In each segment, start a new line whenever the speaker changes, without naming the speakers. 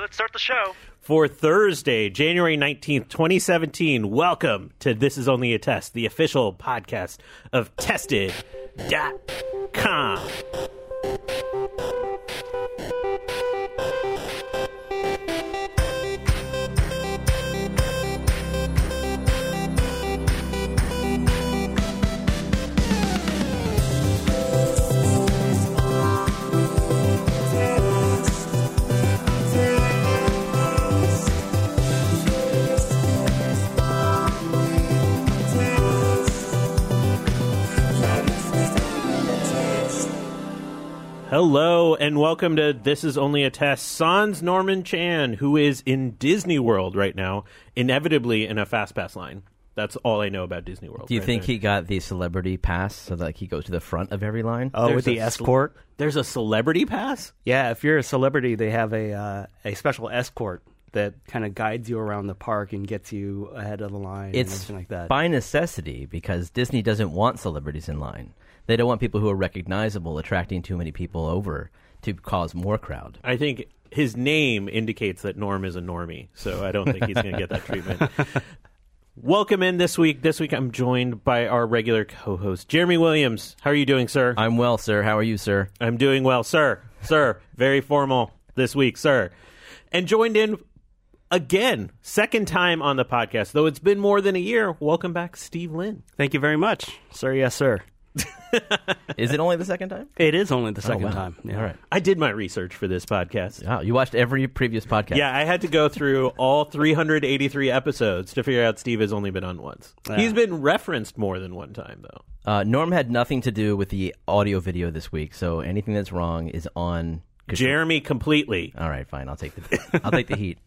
let's start the show.
for Thursday, January 19th, 2017. Welcome to This Is Only a Test, the official podcast of Tested.com. Hello and welcome to This Is Only a Test. Sans Norman Chan, who is in Disney World right now, inevitably in a fast pass line. That's all I know about Disney World.
Do you
right
think
there.
he got the celebrity pass so that like, he goes to the front of every line?
Oh,
There's
with the
a sl-
escort.
there's a celebrity pass?
yeah, if you're a celebrity, they have a uh, a special escort that kind of guides you around the park and gets you ahead of the line. and
it's
everything like that.
by necessity because Disney doesn't want celebrities in line. They don't want people who are recognizable attracting too many people over to cause more crowd.
I think his name indicates that Norm is a normie, so I don't think he's going to get that treatment. Welcome in this week. This week I'm joined by our regular co-host Jeremy Williams. How are you doing, sir?
I'm well, sir. How are you, sir?
I'm doing well, sir. Sir, very formal this week, sir. And joined in again, second time on the podcast, though it's been more than a year. Welcome back, Steve Lynn.
Thank you very much, sir. Yes, sir.
Is it only the second time? Oh,
It is only the second
wow.
time. Yeah.
All right.
I did my research for this podcast.
Wow, you watched every previous podcast.
Yeah, I had to go through all 383 episodes to figure out Steve has only been on once. He's been referenced more than one time, though.
Uh, Norm had nothing to do with the audio video this week, so anything that's wrong is on.
Jeremy completely.
All right, fine. I'll take the I'll take the heat.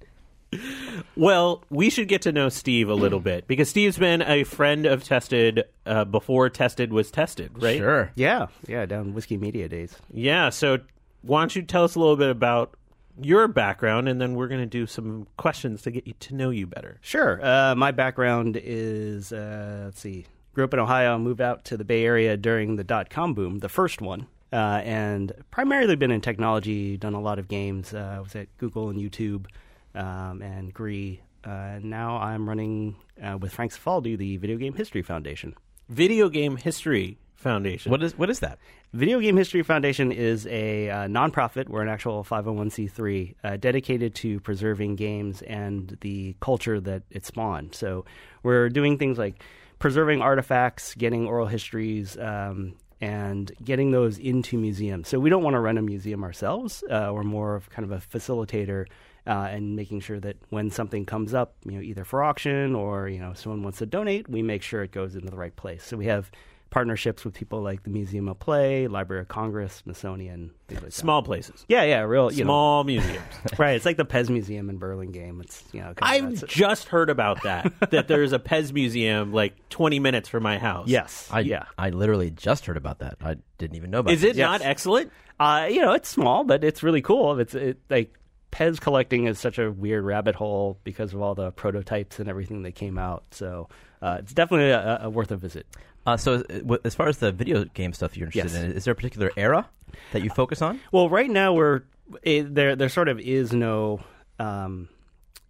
Well, we should get to know Steve a little bit because Steve's been a friend of Tested uh, before Tested was tested, right?
Sure.
Yeah, yeah. Down whiskey media days.
Yeah. So, why don't you tell us a little bit about your background, and then we're going to do some questions to get you to know you better.
Sure. Uh, my background is uh, let's see. Grew up in Ohio, moved out to the Bay Area during the dot com boom, the first one, uh, and primarily been in technology. Done a lot of games. Uh, was at Google and YouTube, um, and Gree. Uh, and now I'm running uh, with Frank Safaldi the Video Game History Foundation.
Video Game History Foundation.
What is what is that?
Video Game History Foundation is a uh, nonprofit. We're an actual 501c3 uh, dedicated to preserving games and the culture that it spawned. So we're doing things like preserving artifacts, getting oral histories, um, and getting those into museums. So we don't want to run a museum ourselves. Uh, we're more of kind of a facilitator. Uh, and making sure that when something comes up, you know, either for auction or you know, someone wants to donate, we make sure it goes into the right place. So we have partnerships with people like the Museum of Play, Library of Congress, Smithsonian, things like
Small places,
that. Yeah, yeah, real you
small museums.
know, right. It's like the Pez Museum in Burlingame. It's you know, kind of
I've
that's-
just heard about that. that there's a Pez museum like 20 minutes from my house.
yes,
I
yeah.
I literally just heard about that. I didn't even know about
Is it
Yes.
not excellent?
Uh, you know, it's small, but it's really cool. It's it, like Pez collecting is such a weird rabbit hole because of all the prototypes and everything that came out. So uh, it's definitely a, a worth a visit.
Uh, so, uh, w- as far as the video game stuff you're interested
Yes.
in, is there a particular era that you focus on?
Well, right now we're it, there. There sort of is no. Um,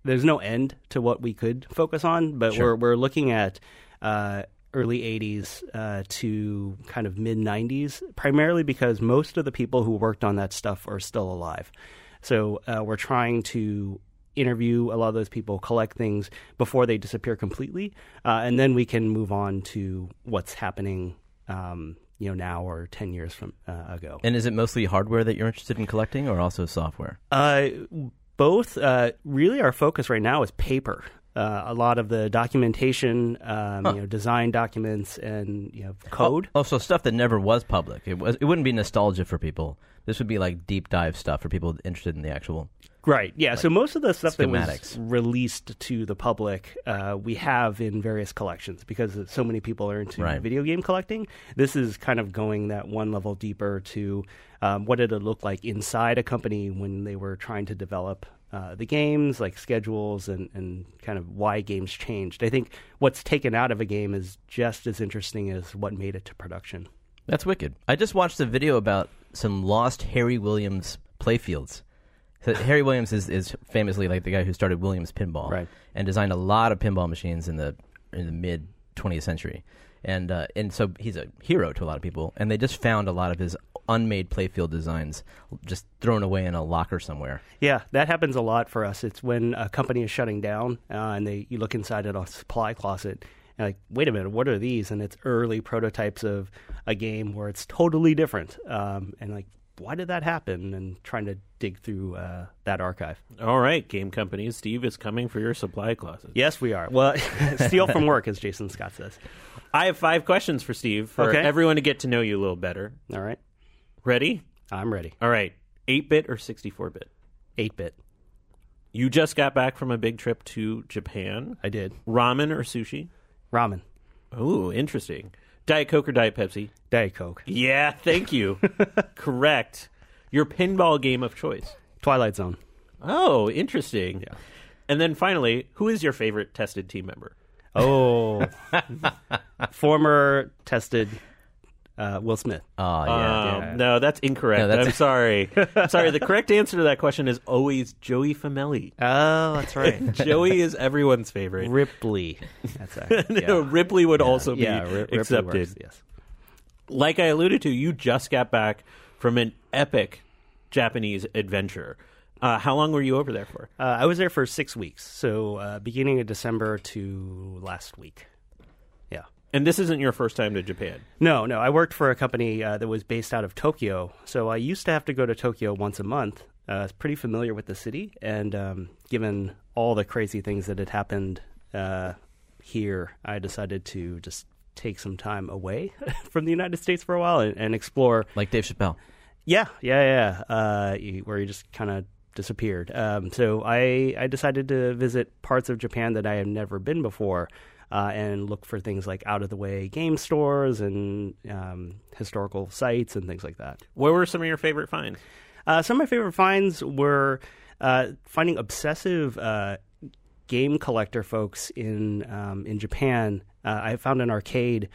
there's no end to what we could focus on, but we're we're looking at uh, early '80s uh, to kind of mid '90s, primarily because most of the people who worked on that stuff are still alive. So uh, we're trying to interview a lot of those people, collect things before they disappear completely, uh, and then we can move on to what's happening, um, you know, now or ten years from uh, ago.
And is it mostly hardware that you're interested in collecting, or also software?
Uh, both. Uh, really, our focus right now is paper. Uh, a lot of the documentation, um, you know, design documents, and you know, code.
Oh, so stuff that never was public. It was. It wouldn't be nostalgia for people. This would be like deep dive stuff for people interested in the actual.
Right. Yeah. so most of the stuff that was
schematics.
released to the public, uh, we have in various collections because so many people are into
Right.
video game collecting. This is kind of going that one level deeper to um, what did it look like inside a company when they were trying to develop. Uh, the games, like schedules, and, and kind of why games changed. I think what's taken out of a game is just as interesting as what made it to production.
That's wicked. I just watched a video about some lost Harry Williams playfields. So Harry Williams is, is famously like the guy who started Williams Pinball
Right.
and designed a lot of pinball machines in the in the mid 20th century, and uh, and so he's a hero to a lot of people. And they just found a lot of his unmade playfield designs just thrown away in a locker somewhere.
Yeah, that happens a lot for us. It's when a company is shutting down uh, and they you look inside at a supply closet and like, wait a minute, what are these? And it's early prototypes of a game where it's totally different. Um, and like, why did that happen? And trying to dig through uh, that archive.
All right, game companies, Steve is coming for your supply closet.
Yes, we are. Well, steal from work, as Jason Scott says.
I have five questions for Steve for
Okay.
everyone to get to know you a little better.
All right,
Ready?
I'm ready.
All right, 8 bit or 64 bit?
Eight bit.
You just got back from a big trip to Japan.
I did
Ramen or sushi?
ramen,
Ooh, interesting. Diet Coke or Diet Pepsi?
Diet Coke,
Yeah, thank you. Correct. Your pinball game of choice.
Twilight Zone.
Oh, interesting. And then finally, who is your favorite tested team member?
Oh, former tested uh, Will Smith.
Oh,
Uh,
yeah.
Um, No, that's incorrect.
No, that's-
I'm sorry. I'm sorry. The correct answer to that question is always Joey Famelli.
Oh, that's right.
Joey is everyone's favorite.
Ripley. That's a,
No,
yeah.
Ripley would also be
Yeah, Ri- Ripley
accepted.
works, yes.
Like I alluded to, you just got back from an epic Japanese adventure. Uh, how long were you over there for?
Uh, I was there for six weeks, so uh, beginning of December to last week. Yeah.
And this isn't your first time to Japan.
No, no. I worked for a company uh, that was based out of Tokyo, so I used to have to go to Tokyo once a month. Uh, I was pretty familiar with the city, and um, given all the crazy things that had happened uh, here, I decided to just take some time away from the United States for a while and, and explore
like Dave Chappelle.
Yeah, yeah, yeah. Uh, you- where you just kind of disappeared. Um, so I, I decided to visit parts of Japan that I have never been before, uh, and look for things like out of the way game stores and um, historical sites and things like that.
What were some of your favorite finds?
Uh, some of my favorite finds were uh, finding obsessive uh, game collector folks in um, in Japan. Uh, I found an arcade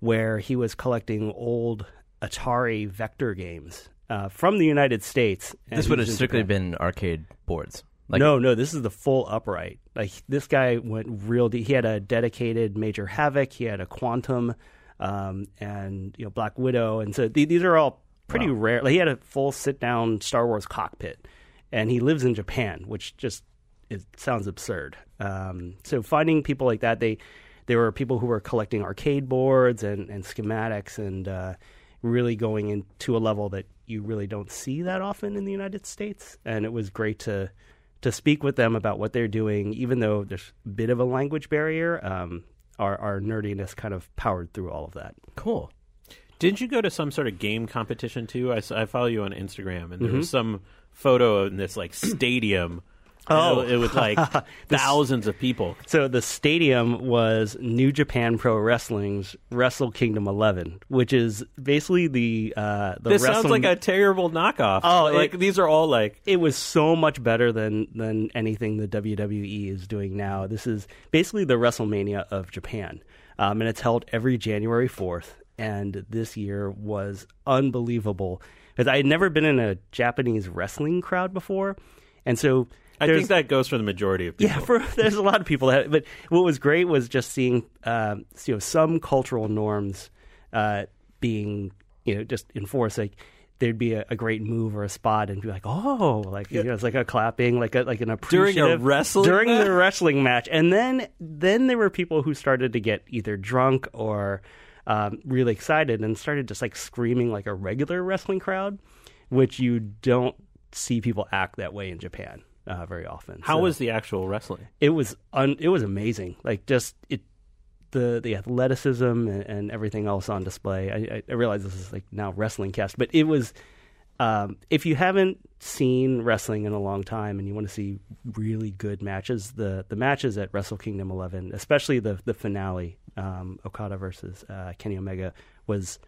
where he was collecting old Atari Vector games uh, from the United States. and
This
he
would have
was in
strictly
Japan.
been arcade boards. Like,
no, no, this is the full upright. Like this guy went real deep. He had a dedicated Major Havoc. He had a Quantum, um, and you know Black Widow, and so th- these are all pretty rare. Like he had a full sit down Star Wars cockpit, and he lives in Japan, which just it sounds absurd. Um, so finding people like that, they there were people who were collecting arcade boards and, and schematics and uh, really going into a level that you really don't see that often in the United States. And it was great to to speak with them about what they're doing, even though there's a bit of a language barrier. Um, our, our nerdiness kind of powered through all of that.
Cool.
Didn't you go to some sort of game competition too? I, s- I follow you on Instagram, and there was some photo in this like stadium.
Oh.
And it was like thousands of people.
So the stadium was New Japan Pro Wrestling's Wrestle Kingdom 11, which is basically the uh, the
This sounds
wrestling-
like a terrible knockoff.
Oh,
like
it-
these are all like
it was so much better than than anything the WWE is doing now. This is basically the WrestleMania of Japan, um, and it's held every January fourth. And this year was unbelievable because I had never been in a Japanese wrestling crowd before, and so
I
there's-
think that goes for the majority of people.
yeah, for, there's a lot of people that. But what was great was just seeing, um you know, some cultural norms uh, being, you know, just enforced. Like there'd be a, a great move or a spot, and be like, oh, like you know, it's like a clapping, like a, like an
a
appreciative
wrestling
during
match?
the wrestling match, and then then there were people who started to get either drunk or um, really excited and started just like screaming like a regular wrestling crowd, which you don't see people act that way in Japan. Uh, very often.
How
So-
was the actual wrestling?
it was un, it was amazing. Like just it, the the athleticism and, and everything else on display. I, I, I realize this is like now wrestling cast, but it was. Um, if you haven't seen wrestling in a long time and you want to see really good matches, the the matches at Wrestle Kingdom 11, especially the the finale, um, Okada versus uh, Kenny Omega, was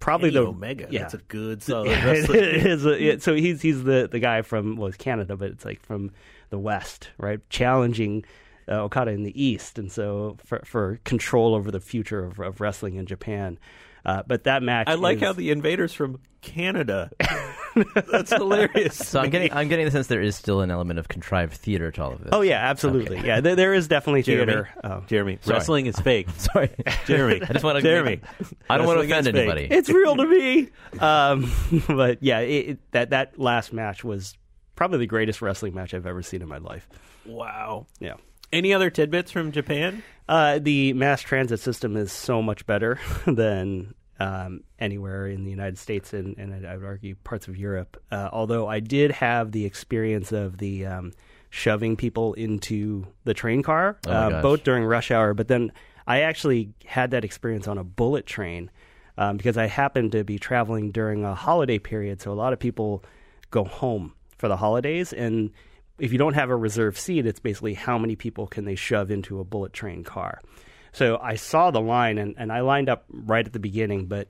probably the yeah.
good solid
it is a, yeah, so he's he's the, the guy from well, it's Canada, but it's like from the West, right? Challenging uh, Okada in the East, and so for for control over the future of, of wrestling in Japan. Uh, but that match,
I like
is-
how the invaders from Canada That's hilarious.
So I'm getting I'm getting the sense there is still an element of contrived theater to all of this.
Oh yeah, absolutely. Yeah, there, there is definitely
Jeremy.
theater. Oh.
Jeremy,
Sorry.
wrestling is fake.
sorry.
Jeremy,
I just want to
Jeremy.
I don't want to
Wrestling
offend
is fake.
anybody.
It's real to me. Um, but yeah, it, it- that that last match was probably the greatest wrestling match I've ever seen in my life.
Wow.
Yeah.
Any other tidbits from Japan?
Uh, the mass transit system is so much better than um, anywhere in the United States and, and I'd- I would argue parts of Europe. Uh, although I did have the experience of the um, shoving people into the train car,
Oh my
uh,
gosh.
both during rush hour, but then I actually had that experience on a bullet train um, because I happened to be traveling during a holiday period. So a lot of people go home for the holidays. And if you don't have a reserved seat, it's basically how many people can they shove into a bullet train car. So I saw the line and, and I lined up right at the beginning, but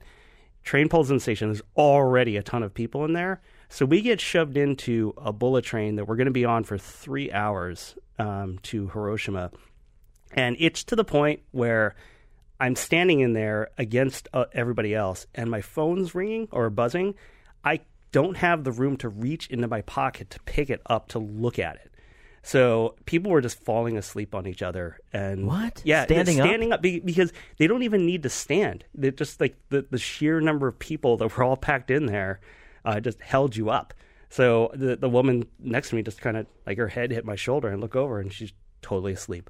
train pulls in the station. There's already a ton of people in there. So we get shoved into a bullet train that we're going to be on for three hours um, to Hiroshima. And it's to the point where I'm standing in there against uh, everybody else, and my phone's ringing or buzzing. I don't have the room to reach into my pocket to pick it up to look at it. So people were just falling asleep on each other, and
What?
Yeah,
Standing up?
standing up be- because they don't even need to stand. They just like the, the sheer number of people that were all packed in there uh, just held you up. So the the woman next to me just kind of like her head hit my shoulder and look over, and she's totally asleep.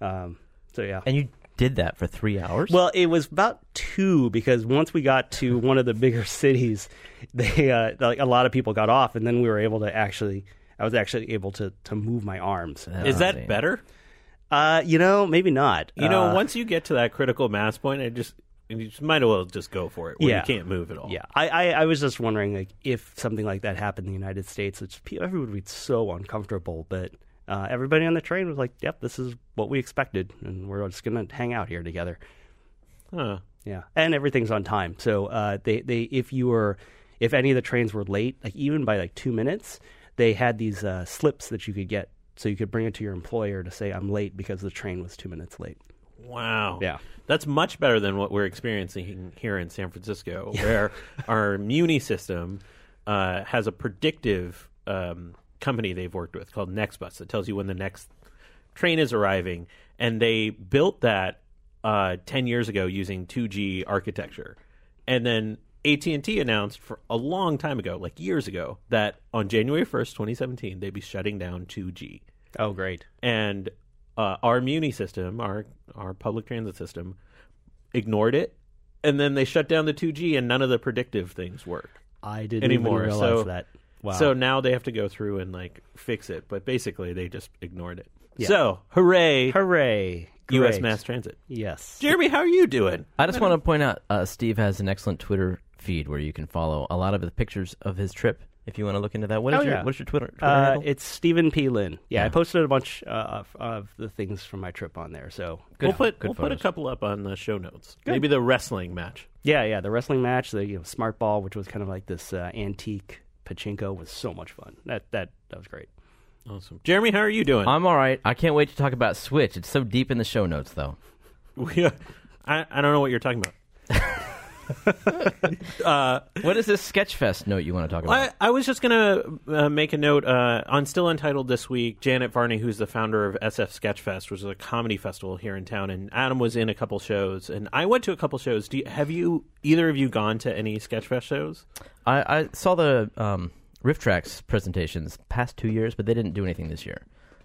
Um, so yeah,
And you did that for three hours.
well, it was about two because once we got to one of the bigger cities, they uh, like a lot of people got off, and then we were able to actually, I was actually able to to move my arms.
Is that
damn.
better?
Uh, you know, maybe not.
You know,
Uh,
once you get to that critical mass point, I just you just might as well just go for it. Where
Yeah.
you can't move at all.
Yeah, I, I I was just wondering like if something like that happened in the United States, it's pe- everyone would be so uncomfortable, but. Uh, everybody on the train was like, "Yep, this is what we expected, and we're just gonna hang out here together."
Huh.
Yeah, and everything's on time. So uh, they they if you were if any of the trains were late, like even by like two minutes, they had these uh, slips that you could get, so you could bring it to your employer to say I'm late because the train was two minutes late.
Wow.
Yeah.
That's much better than what we're experiencing here in San Francisco, where our Muni system uh, has a predictive um, company they've worked with called NextBus that tells you when the next train is arriving. And they built that uh, 10 years ago using 2G architecture. And then AT&T announced for a long time ago, like years ago, that on January 1st, 2017, they'd be shutting down 2G
Oh, great!
and uh, our muni system, our our public transit system, ignored it, and then they shut down the 2G, and none of the predictive things work.
I didn't
Anymore,
even realize
so-
that. Wow.
So now they have to go through and like fix it, but basically they just ignored it.
Yeah.
So hooray,
hooray!
U.S.
Great.
mass transit.
Yes.
Jeremy, how are you doing?
I just want to point out, uh, Steve has an excellent Twitter feed where you can follow a lot of the pictures of his trip. If you want to look into that, what is
Oh,
your
yeah.
what's your Twitter? Twitter
Uh,
handle?
it's Stephen P. Lynn. Yeah, I posted a bunch uh, of, of the things from my trip on there. So
Good-
we'll put
good
we'll put a
photos.
couple up on the show notes. Maybe the wrestling match.
yeah, yeah, the wrestling match, the you know, smart ball, which was kind of like this uh, antique pachinko, was so much fun. That that that was great.
Awesome, Jeremy, how are you doing?
I'm all right. I can't wait to talk about Switch. It's so deep in the show notes, though.
We- uh, I I don't know what you're talking about.
What is this Sketchfest note you want to talk about?
I, I was just going to uh, make a note uh, on Still Untitled this week. Janet Varney, who's the founder of SF Sketchfest, which is a comedy festival here in town, and Adam was in a couple shows, and I went to a couple shows. Do you, have you either of you gone to any Sketchfest shows?
I, I saw the um, Rift Tracks presentations past two years, but they didn't do anything this year.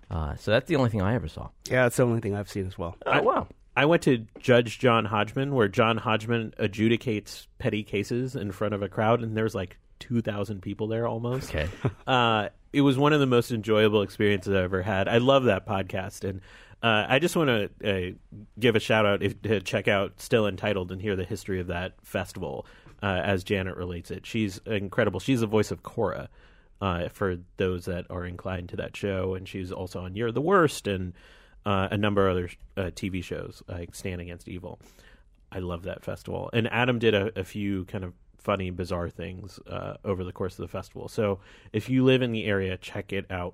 Uh, so that's the only thing I ever saw.
Yeah, that's the only thing I've seen as well.
Oh wow!
I went to Judge John Hodgman, where John Hodgman adjudicates petty cases in front of a crowd, and there's like two thousand people there almost.
Okay.
uh, it was one of the most enjoyable experiences I ever had. I love that podcast, and uh, I just want to uh, give a shout out if, to check out Still Entitled and hear the history of that festival uh, as Janet relates it. She's incredible. She's the voice of Cora. Uh, for those that are inclined to that show, and she's also on You're the Worst and uh, a number of other uh, TV shows like Stand Against Evil. I love that festival. And Adam did a, a few kind of funny, bizarre things uh, over the course of the festival. So if you live in the area, check it out.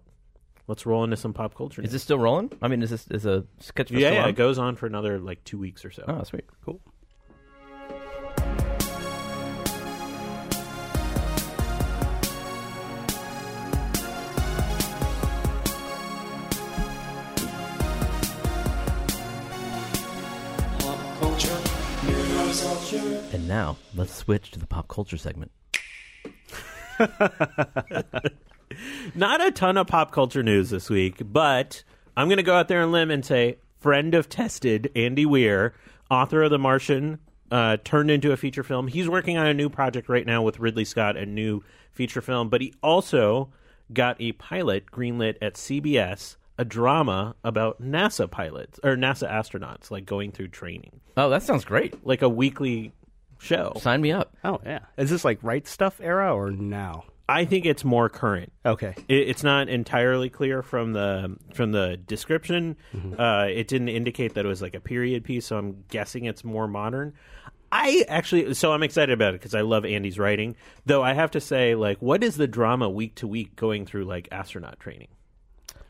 Let's roll into some pop culture.
Is
now.
this still rolling? I mean, is this is a Sketchfest?
yeah,
still
yeah,
on?
it goes on for another like two weeks or so.
Oh, sweet.
Cool.
Pop culture.
And now let's switch to the pop culture segment.
Not a ton of pop culture news this week, but I'm going to go out there on a limb and say friend of tested Andy Weir, author of The Martian, uh, turned into a feature film. He's working on a new project right now with Ridley Scott, a new feature film, but he also got a pilot greenlit at CBS, a drama about NASA pilots or NASA astronauts like going through training,
Oh, that sounds great.
like a weekly show.
Sign me up.
Oh yeah. Is this like right stuff era or now?
I think it's more current.
Okay.
It, it's not entirely clear from the from the description.
Mm-hmm.
Uh, it didn't indicate that it was like a period piece, so I'm guessing it's more modern. I actually, so I'm excited about it because I love Andy's writing. Though I have to say, like, what is the drama week to week going through like astronaut training?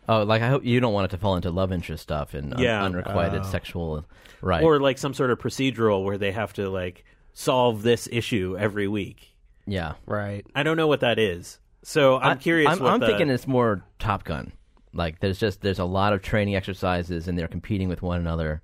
Oh, like I hope you don't want it to fall into love interest stuff and un-
Yeah. uh,
unrequited sexual right.
Or like some sort of procedural where they have to like solve this issue every week.
yeah.
Right.
I don't know what that is, so I'm
I-
curious.
I'm,
what
I'm
the-
thinking it's more Top Gun. Like there's just there's a lot of training exercises and they're competing with one another.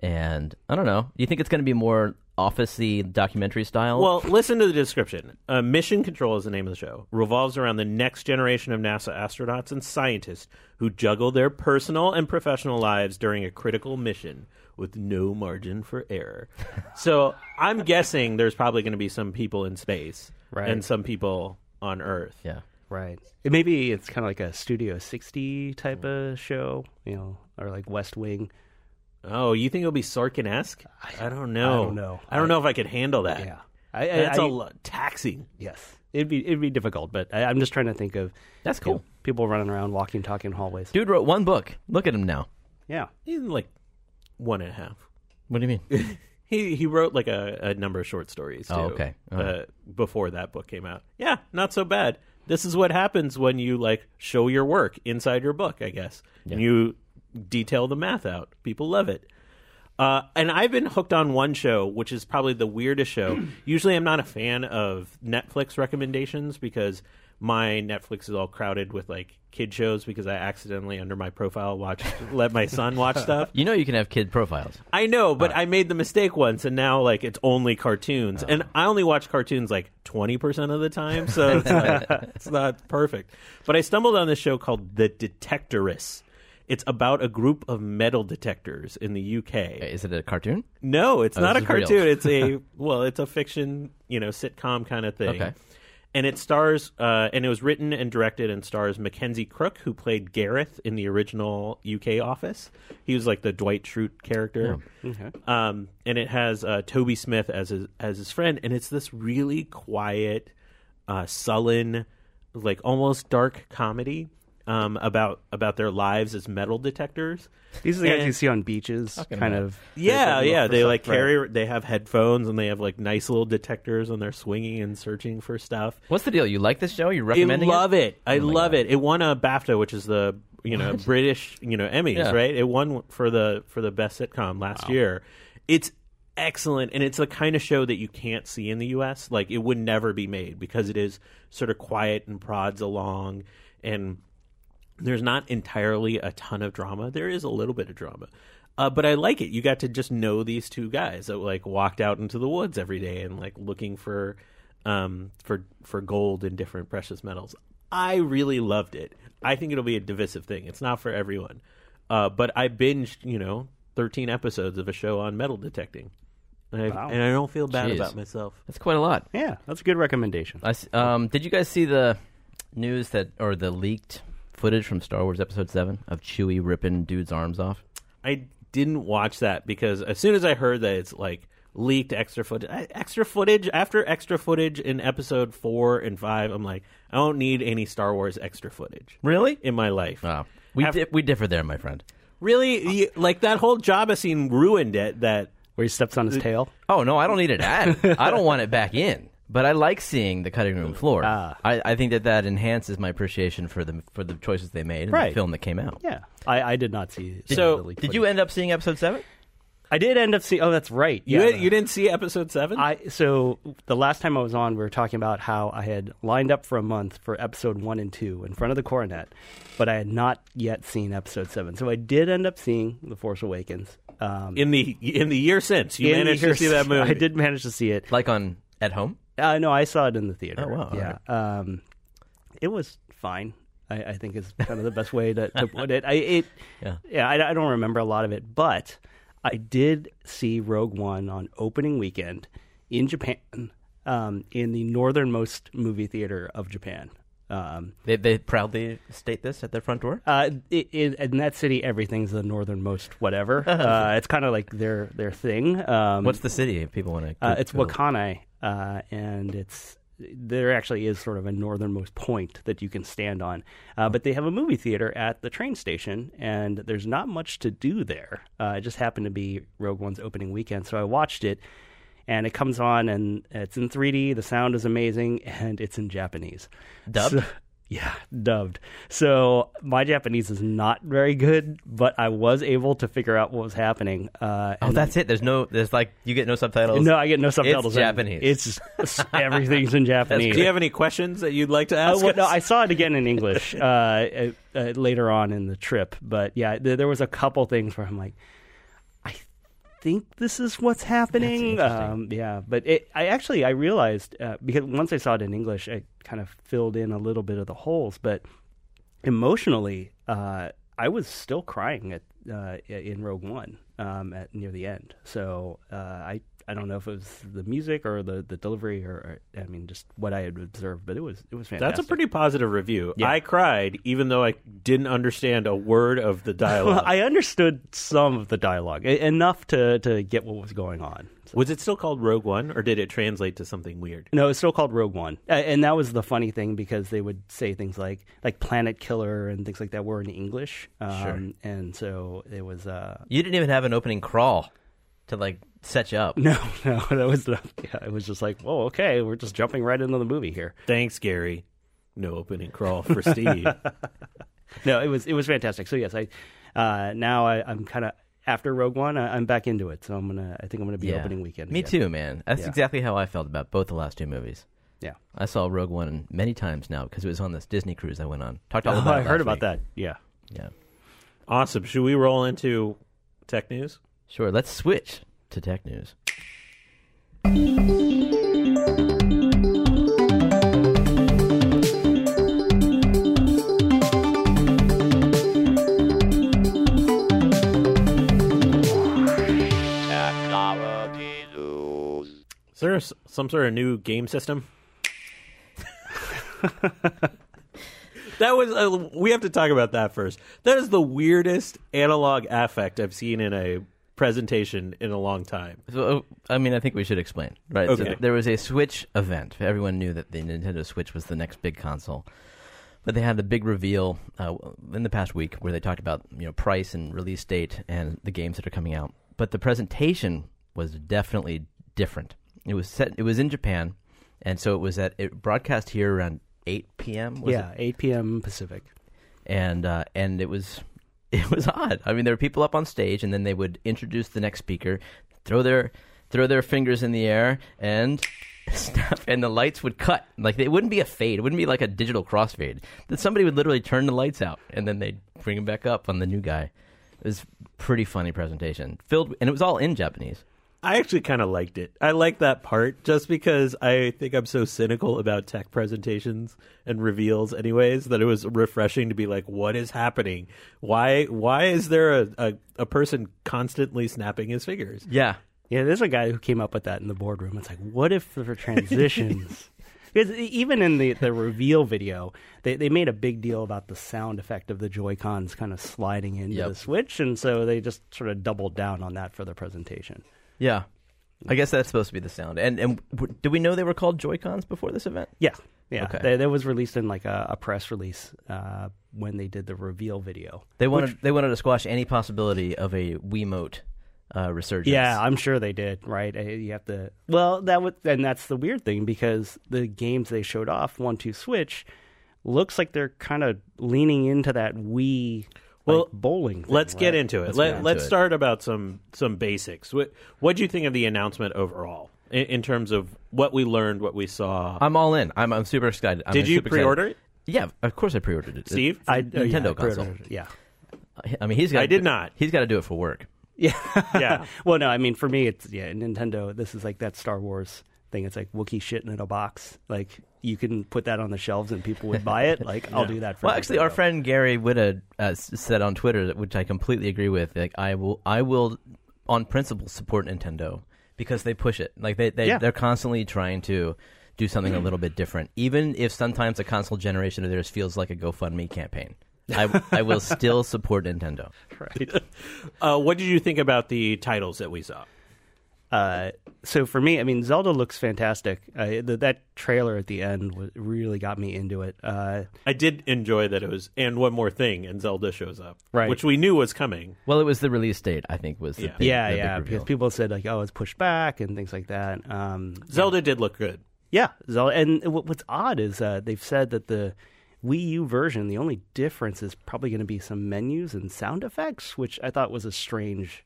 And I don't know. Do you think it's going to be more officey documentary style?
Well, listen to the description. Uh, Mission Control is the name of the show. Revolves around the next generation of NASA astronauts and scientists who juggle their personal and professional lives during a critical mission with no margin for error. so I'm guessing there's probably going to be some people in space
Right.
and some people on Earth.
yeah.
Right. It, maybe it's kind of like a Studio 60 type of show, you know, or like West Wing.
Oh, you think it'll be Sorkin esque? I don't know.
I don't know.
I don't know if I could handle that.
Yeah. I, I,
That's a
I-
lo- taxing.
yes. It'd be it'd be difficult, but I, I'm just trying to think of
That's
you know,
cool.
people running around, walking, talking hallways.
Dude wrote one book. Look at him now.
Yeah.
Even like one and a half.
What do you mean?
He he wrote like a, a number of short stories too.
Oh, okay. All
uh, Before that book came out, yeah, not so bad. This is what happens when you like show your work inside your book, I guess. And you detail the math out. People love it. Uh, and I've been hooked on one show, which is probably the weirdest show. Usually, I'm not a fan of Netflix recommendations because my Netflix is all crowded with like kid shows because I accidentally under my profile watched let my son watch stuff.
you know you can have kid profiles.
I know, but I made the mistake once, and now like it's only cartoons, and I only watch cartoons like twenty percent of the time, so it's not, it's not perfect. But I stumbled on this show called The Detectorists. It's about a group of metal detectors in the UK.
Is it a cartoon?
No, it's not a
Oh, this is real.
cartoon. It's a well, it's a fiction, you know, sitcom kind of thing.
Okay.
And it stars, uh, and it was written and directed and stars Mackenzie Crook, who played Gareth in the original UK Office. He was like the Dwight Schrute character. Um, and it has uh, Toby Smith as his, as his friend, and it's this really quiet, uh, sullen, like almost dark comedy um, about about their lives as metal detectors.
These are the guys
And-
you see on beaches, kind of.
Yeah,
they
yeah.
look for
They
stuff,
like
right.
carry. They have headphones and they have like nice little detectors and they're swinging and searching for stuff.
What's the deal? You like this show? You
I
recommending
love it. I
my
love it. It won a BAFTA, which is the you know British you know Emmys,
Yeah.
right? It won for the for the best sitcom last year. It's excellent and it's the kind of show that you can't see in the US. Like it would never be made because it is sort of quiet and prods along and there's not entirely a ton of drama. There is a little bit of drama. Uh, but I like it. You got to just know these two guys that like walked out into the woods every day and like looking for um for for gold and different precious metals. I really loved it. I think it'll be a divisive thing. It's not for everyone. Uh, but I binged, you know, 13 episodes of a show on metal detecting. And I,
Wow.
and I don't feel bad
Jeez.
about myself.
That's quite a lot.
Yeah, that's a good recommendation.
I s um, did you guys see the news that or the leaked footage from Star Wars Episode Seven of Chewie ripping dude's arms off?
I didn't watch that because as soon as I heard that it's like leaked extra footage, extra footage after extra footage in episode four and five, I'm like, I don't need any Star Wars extra footage
Really?
in my life.
Wow. Uh, We
Have-
di- we differ there, my friend.
Really, You- like that whole Jabba scene ruined it. That
Where he steps on his tail.
Oh no, I don't need it out. I don't want it back in. But I like seeing the cutting room floor.
Ah.
I, I think that that enhances my appreciation for the for the choices they made and
Right.
the film that came out.
Yeah, I, I did not see. some
So, e-
of the leaked
Did
footage.
you end up seeing episode seven?
I did end up seeing. Oh, that's right.
you e-
yeah,
you didn't see episode seven.
I so the last time I was on, we were talking about how I had lined up for a month for episode one and two in front of the coronet, but I had not yet seen episode seven. So I did end up seeing The Force Awakens. Um,
in the in the year since you
in the
managed to
years-
see that movie.
I did manage to see it.
Like on at home.
Uh, no, I saw it in the theater.
Oh, wow. All
Yeah. Um, it was fine. I, I think is kind of the best way to, to put it. I it
Yeah.
yeah. I, I don't remember a lot of it, but I did see Rogue One on opening weekend in Japan, um, in the northernmost movie theater of Japan. Um,
They they proudly state this at their front door.
uh, it, it, in that city, everything's the northernmost whatever. uh, it's kind of like their their thing. Um,
What's the city if people want to?
uh, it's Wakane, uh, and it's there actually is sort of a northernmost point that you can stand on. Uh, but they have a movie theater at the train station, and there's not much to do there. Uh, it just happened to be Rogue One's opening weekend, so I watched it, and it comes on, and it's in 3D. The sound is amazing, and it's in Japanese.
Dubbed?
So- yeah, dubbed. So my Japanese is not very good, but I was able to figure out what was happening. Uh,
Oh,
and
that's it. There's no. There's like you get no subtitles.
no, I get no subtitles. in.
Japanese.
It's just everything's in Japanese.
Do you have any questions that you'd like to
Uh,
ask?
well, no,
us?
I saw it again in English uh, uh, uh, later on in the trip, but yeah, th- there was a couple things where I'm like, I think this is what's happening. Um, yeah, but it, I actually I realized uh, because once I saw it in English, I kind of filled in a little bit of the holes, but emotionally, uh, I was still crying at uh, in Rogue One um, at near the end. So uh, I I don't know if it was the music or the, the delivery or, or I mean just what I had observed, but it was it was fantastic.
That's a pretty positive review.
Yeah.
I cried even though I didn't understand a word of the dialogue.
Well, I understood some of the dialogue e- enough to to get what was going on.
Was it still called Rogue One, or did it translate to something weird?
No, it's still called Rogue One, A- and that was the funny thing because they would say things like like Planet Killer and things like that were in English, um, and so it was. Uh,
You didn't even have an opening crawl to like set you up.
No, no, that was the. Yeah, it was just like, whoa, okay, we're just jumping right into the movie here.
Thanks, Gary. No opening crawl for Steve.
No, it was it was fantastic. So yes, I uh, now I, I'm kind of after Rogue One, I, I'm back into it. So I'm gonna, I think I'm gonna be opening weekend.
Me
again.
too, man. That's
Yeah.
exactly how I felt about both the last two movies.
Yeah,
I saw Rogue One many times now because it was on this Disney cruise I went on. Talked all
oh,
about.
I
it
heard
last
about
week.
that. Yeah,
Yeah,
awesome. Should we roll into tech news?
sure. Let's switch to tech news.
Technology News.
Is there s- some sort of new game system? that was. Uh, we have to talk about that first. That is the weirdest analog affect I've seen in a presentation in a long time.
So, uh, I mean, I think we should explain, right?
Okay.
So there was a Switch event. Everyone knew that the Nintendo Switch was the next big console, but they had a big reveal uh, in the past week where they talked about you know price and release date and the games that are coming out. But the presentation was definitely different. It was set. It was in Japan, and so it was at it broadcast here around eight p.m. Was
yeah,
it?
8 p.m. Pacific.
and uh, and it was it was odd. I mean, there were people up on stage, and then they would introduce the next speaker, throw their throw their fingers in the air, and snap, and the lights would cut. Like it wouldn't be a fade. It wouldn't be like a digital crossfade. That somebody would literally turn the lights out, and then they'd bring them back up on the new guy. It was pretty funny presentation filled, and it was all in Japanese.
I actually kind of liked it. I like that part just because I think I'm so cynical about tech presentations and reveals anyways that it was refreshing to be like what is happening? Why why is there a, a, a person constantly snapping his fingers?
Yeah,
Yeah, there's a guy who came up with that in the boardroom. It's like, what if for transitions? Because e, even in the, the reveal video, they, they made a big deal about the sound effect of the Joy Cons kind of sliding into
Yep.
the Switch, and so they just sort of doubled down on that for the presentation.
yeah. I guess that's supposed to be the sound. And and w- do we know they were called Joy Cons before this event?
Yeah, yeah,
Okay.
They- that was released in like a, a press release uh, when they did the reveal video.
They wanted they wanted to squash any possibility of a Wiimote uh, resurgence.
Yeah, I'm sure they did. Right? Uh, You have to. Well, that would, and that's the weird thing because the games they showed off, one, two, switch, looks like they're kind of leaning into that Wii
Well,
well bowling. Thing,
Let's get
right?
into it.
Let's
Let,
get into
let's
it.
start about some some basics. What what do you think of the announcement overall in, in terms of what we learned, what we saw?
I'm all in. I'm I'm super excited. I'm
Did you
super excited.
pre-order it?
Yeah, of course I pre-ordered it.
Steve?
I, oh, Nintendo
yeah,
console.
pre-ordered it, Yeah.
I mean, he's got.
I did not.
He's got to do it for work.
Yeah.
Yeah.
well, no, I mean for me, it's yeah. Nintendo. This is like that Star Wars thing. It's like Wookiee shit in a box. Like you can put that on the shelves and people would buy it. Like I'll do that. for
Well, actually, our
Nintendo.
friend Gary Witta uh, s- said on Twitter, that- which I completely agree with. Like, I will, I will, on principle, support Nintendo because they push it. Like, they, they
Yeah.
they're constantly trying to do something a little bit different, even if sometimes a console generation of theirs feels like a GoFundMe campaign. I, I will still support Nintendo.
Uh, what did you think about the titles that we saw?
Uh, so for me, I mean, Zelda looks fantastic. Uh, th- that trailer at the end w- really got me into it. Uh,
I did enjoy that it was, and one more thing, and Zelda shows up,
Right.
Which we knew was coming.
Well, it was the release date. I think was the
Yeah.
big,
yeah,
the big
yeah,
reveal.
because people said like, oh, it's pushed back and things like that. Um,
Zelda did look good.
yeah, Zelda. And what what's odd is uh, they've said that the Wii U version, the only difference is probably going to be some menus and sound effects, which I thought was a strange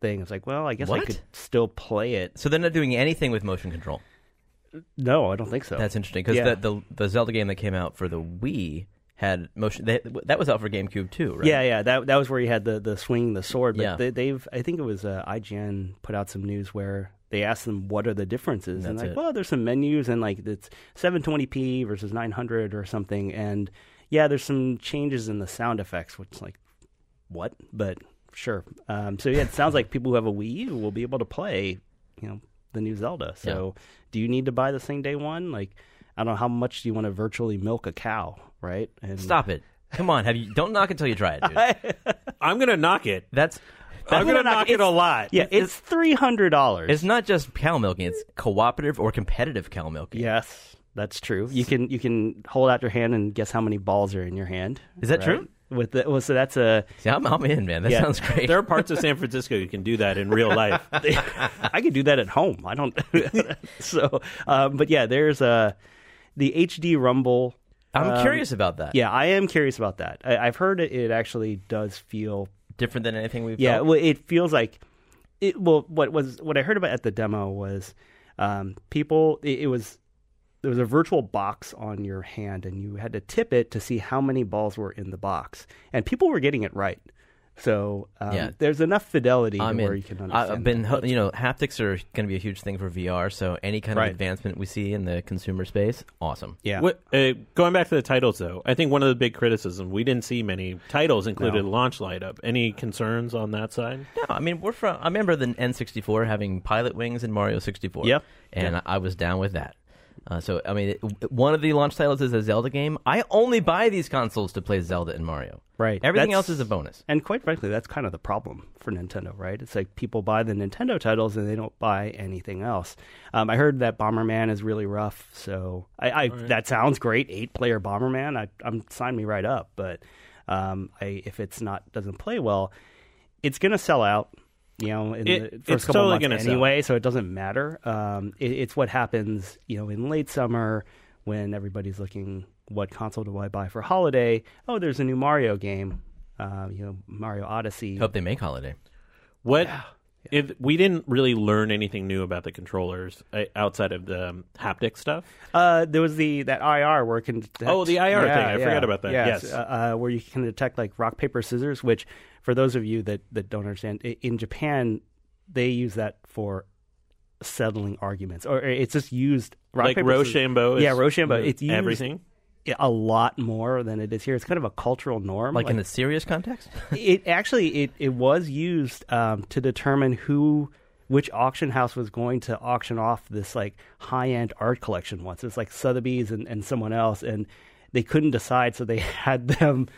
thing. It's like, well, I guess I
Hmm. What?
could still play it.
so they're not doing anything with motion control.
No, I don't think so.
That's interesting because
Oh. Yeah.
the, the the Zelda game that came out for the Wii had motion. They, that was out for GameCube too, right?
Yeah, yeah, that that was where you had the the swinging the sword. But
Yeah.
they, they've, I think it was uh, IGN put out some news where they asked them what are the differences, and
That's
like,
it.
well, there's some menus and like it's 720p versus 900 or something, and yeah, there's some changes in the sound effects, which like what, but sure. Um, so yeah, it sounds like people who have a Wii U will be able to play, you know, the new Zelda. So do you need to buy the same day one? Like, I don't know how much do you want to virtually milk a cow, right? And
Stop it! Come on, have you? Don't knock until you try it, dude.
I'm gonna knock it.
That's
I'm gonna knock it a lot.
Yeah, it's three hundred dollars.
it's not just cow milking; it's cooperative or competitive cow milking.
Yes, that's true. You can you can hold out your hand and guess how many balls are in your hand.
Is that true?
With the, well, so that's a
See, I'm, I'm in, man. That
Yeah.
sounds great.
There are parts of San Francisco you can do that in real life.
I could do that at home. I don't. so, um, but yeah, there's a the HD Rumble.
I'm
um,
curious about that.
Yeah, I am curious about that. I, I've heard it, it actually does feel
different than anything we've.
Yeah,
felt?
well, it feels like it. Well, what was what I heard about at the demo was um, people. It, it was there was a virtual box on your hand, and you had to tip it to see how many balls were in the box, and people were getting it right. So um,
Yeah.
there's enough fidelity to
I'm in.
where you can understand.
I- I've been,
that.
ho- you know, haptics are going to be a huge thing for VR. So any kind
Right.
of advancement we see in the consumer space, awesome.
yeah.
What, uh, going back to the titles, though, I think one of the big criticism we didn't see many titles included
No.
launch light up. Any concerns on that side?
No, I mean we're from. I remember the N64 having Pilot Wings and Mario 64.
Yep.
and I I was down with that. Uh, so I mean, it, one of the launch titles is a Zelda game. I only buy these consoles to play Zelda and Mario.
Right.
Everything else
That's-
is a bonus.
And quite frankly, that's kind of the problem for Nintendo, right? It's like people buy the Nintendo titles and they don't buy anything else. Um, I heard that Bomberman is really rough, so I, I that sounds great. Eight player Bomberman, I, I'm sign me right up. But um, I, if it's not doesn't play well, it's going to sell out. You know,
It-
in the
it's
first couple
totally
of
gonna
months
sell.
anyway, so it doesn't matter. Um, it, it's what happens, you know, in late summer when everybody's looking, what console do I buy for holiday? Oh, there's a new Mario game, uh, you know, Mario Odyssey.
Hope they make holiday.
What if we didn't really learn anything new about the controllers uh, outside of the um, haptic stuff?
Uh, there was the that IR where it can detect-
Oh, the IR thing. I forgot about that.
yeah,
Yes.
uh, uh, where you can detect like rock paper scissors. Which, for those of you that that don't understand, i- in Japan they use that for settling arguments, or it's just used rock
like
paper scissors-
Rochambeau? Is
Yeah, Rochambeau. It's used
everything.
a lot more than it is here. It's kind of a cultural norm.
Like, in a serious context.
it actually it, it was used um, to determine who which auction house was going to auction off this like high end art collection once. It was like Sotheby's and, and someone else, and they couldn't decide, so they had them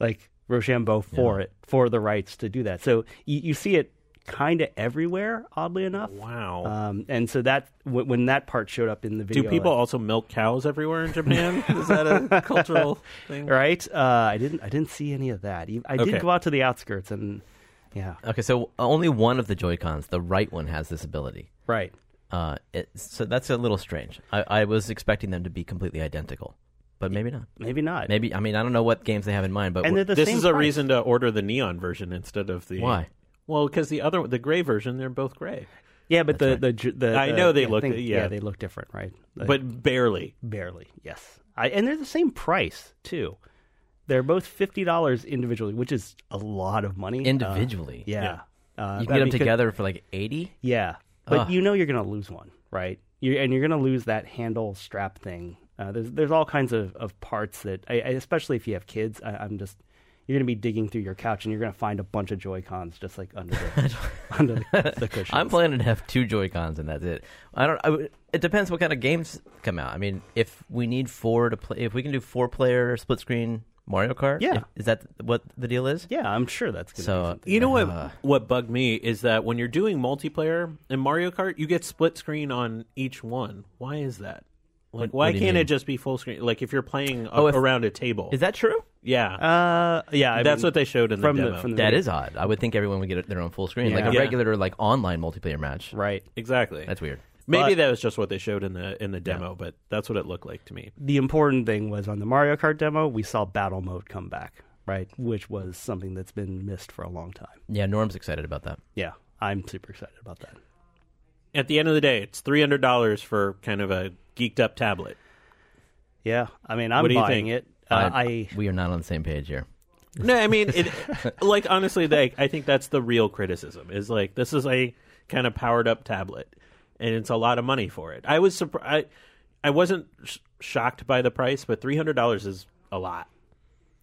like Rochambeau for it for the rights to do that. So you, you see it kind of everywhere, oddly enough.
Wow.
Um, and so that w- when that part showed up in the
Do
video,
people also milk cows everywhere in Japan? Is that a cultural thing?
right? Uh, I didn't I didn't see any of that. You- I
Okay.
did go out to the outskirts and yeah,
okay, so only one of the Joy Cons, the right one, has this ability.
right.
Uh, it, so that's a little strange. I, I was expecting them to be completely identical, but maybe not.
Maybe not.
Maybe I mean I don't know what games they have in mind, but
and
we're-
they're the
This
same
is a
price.
reason to order the neon version instead of the
Why?
Well, because the other the gray version, they're both gray,
Yeah, but the, the ju- the
I
the-
know they
yeah,
look-
thing-
yeah.
they look different, right? Like,
but barely.
barely. Yes, I, and they're the same price too. They're both fifty dollars individually, which is a lot of money. Uh,
individually.
yeah.
Yeah.
You
Uh, I
can get them
mean, 'cause-
together for like eighty.
Yeah, but
Ugh.
you know you're going to lose one, right? you and you're going to lose that handle strap thing. Uh, there's there's all kinds of, of parts that, I, I, especially if you have kids, I, I'm just you're going to be digging through your couch and you're going to find a bunch of Joy Cons just like under the under the, the cushions.
I'm planning to have two Joy Cons and that's it. I don't. I w it depends what kind of games come out. I mean, if we need four to play, if we can do four player split screen Mario Kart,
Yeah.
if- is that what the deal is?
yeah, I'm sure that's going to
So,
be
uh,
something.
You know what? What bugged me is that when you're doing multiplayer in Mario Kart, you get split screen on each one. Why is that? Like, why
what do you
can't it
mean?
just be full screen? Like, if you're playing a-
Oh, if-
around a table,
Is that true?
yeah,
Uh, yeah, I
that's
mean,
what they showed in the
from the,
demo.
from the
That is odd. I would think everyone would get their own full screen, like
Yeah.
a
Yeah.
regular like online multiplayer match.
right.
exactly.
That's weird.
Maybe
But-
that was just what they showed in the in the demo, but that's what it looked like to me.
the important thing was on the Mario Kart demo, we saw battle mode come back, right? Which was something that's been missed for a long time.
Yeah, Norm's excited about that.
Yeah, I'm super excited about that.
At the end of the day, it's three hundred dollars for kind of a geeked up tablet.
Yeah, I mean, I'm
What do you
buying
think?
it. Uh, I
we are not on the same page here.
No, I mean, it, like honestly, like I think that's the real criticism is like this is a kind of powered up tablet, and it's a lot of money for it. I was surprised. I wasn't sh- shocked by the price, but three hundred dollars is a lot.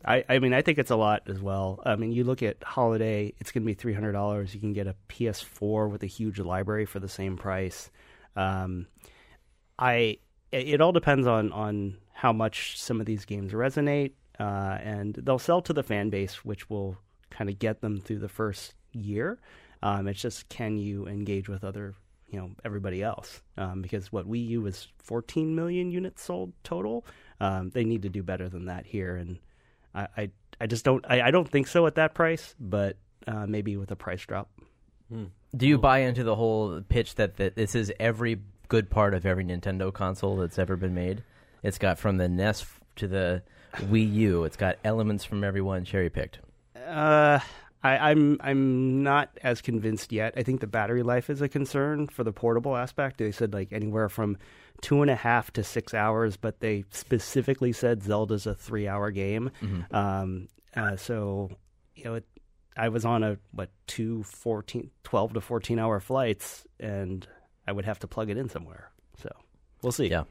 I, I mean, I think it's a lot as well. I mean, you look at Holiday; it's going to be three hundred dollars. You can get a PS4 with a huge library for the same price. Um, I it it all depends on on how much some of these games resonate, uh, and they'll sell to the fan base, which will kind of get them through the first year. Um, it's just can you engage with other you know everybody else um, because what Wii U was 14 million units sold total. Um, they need to do better than that here, and I I, I just don't I, I don't think so at that price, but uh, maybe with a price drop.
Do you buy into the whole pitch that, that this is every good part of every Nintendo console that's ever been made? It's got from the NES f- to the Wii U. It's got elements from everyone cherry picked.
Uh, I, I'm I'm not as convinced yet. I think the battery life is a concern for the portable aspect. They said like anywhere from two and a half to six hours, but they specifically said Zelda's a three-hour game.
Mm-hmm.
Um, uh, so you know, it, I was on a what two 14, 12 to fourteen-hour flights, and I would have to plug it in somewhere. So we'll see.
Yeah.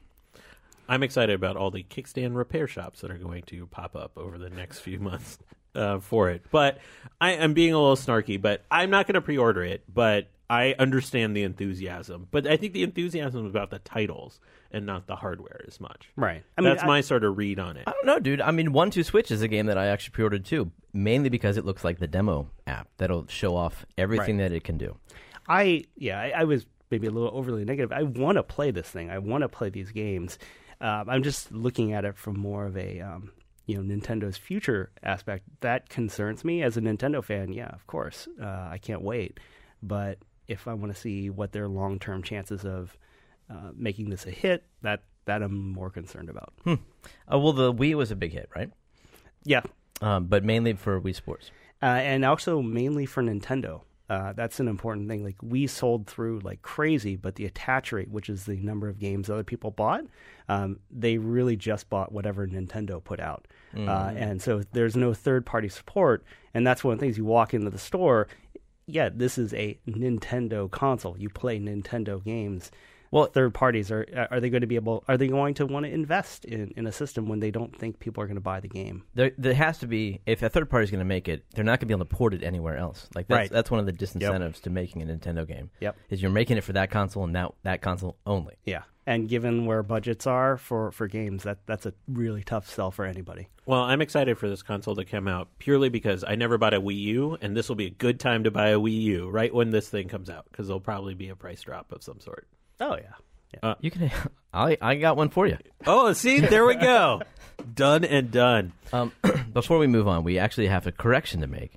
I'm excited about all the kickstand repair shops that are going to pop up over the next few months uh, for it. But I am being a little snarky, but I'm not going to pre order it. But I understand the enthusiasm. But I think the enthusiasm is about the titles and not the hardware as much.
Right. I mean,
That's
I-
my sort of read on it.
I don't know, dude. I mean, One Two Switch is a game that I actually pre-ordered too, mainly because it looks like the demo app that'll show off everything that it can do.
I yeah, I, I was maybe a little overly negative. I want to play this thing. I want to play these games. Um, I'm just looking at it from more of a um, you know Nintendo's future aspect that concerns me as a Nintendo fan. Yeah, of course, uh, I can't wait. But if I want to see what their long term chances of uh, making this a hit, that that I'm more concerned about.
Uh, well, the Wii was a big hit, right?
Yeah,
Um, but mainly for Wii Sports.
uh, and also mainly for Nintendo. Uh, that's an important thing. Like we sold through like crazy, but the attach rate, which is the number of games other people bought, um, they really just bought whatever Nintendo put out. Uh, and so there's no third party support, and that's one of the things you walk into the store. Yeah, this is a Nintendo console. You play Nintendo games.
Well-
third parties are are they going to be able? Are they going to want to invest in, in a system when they don't think people are going to buy the game?
There, there has to be if a third party's going to make it, they're not going to be able to port it anywhere else. Like that's
Right.
that's one of the disincentives to making a Nintendo game.
Yep.
Is you're making it for that console and that that console only.
Yeah, and given where budgets are for for games, that that's a really tough sell for anybody.
Well, I'm excited for this console to come out purely because I never bought a Wii U, and this will be a good time to buy a Wii U right when this thing comes out because there'll probably be a price drop of some sort.
Oh yeah, yeah.
You can. I I got one for you.
Oh, see, there we go. done and done.
Um, before we move on, we actually have a correction to make.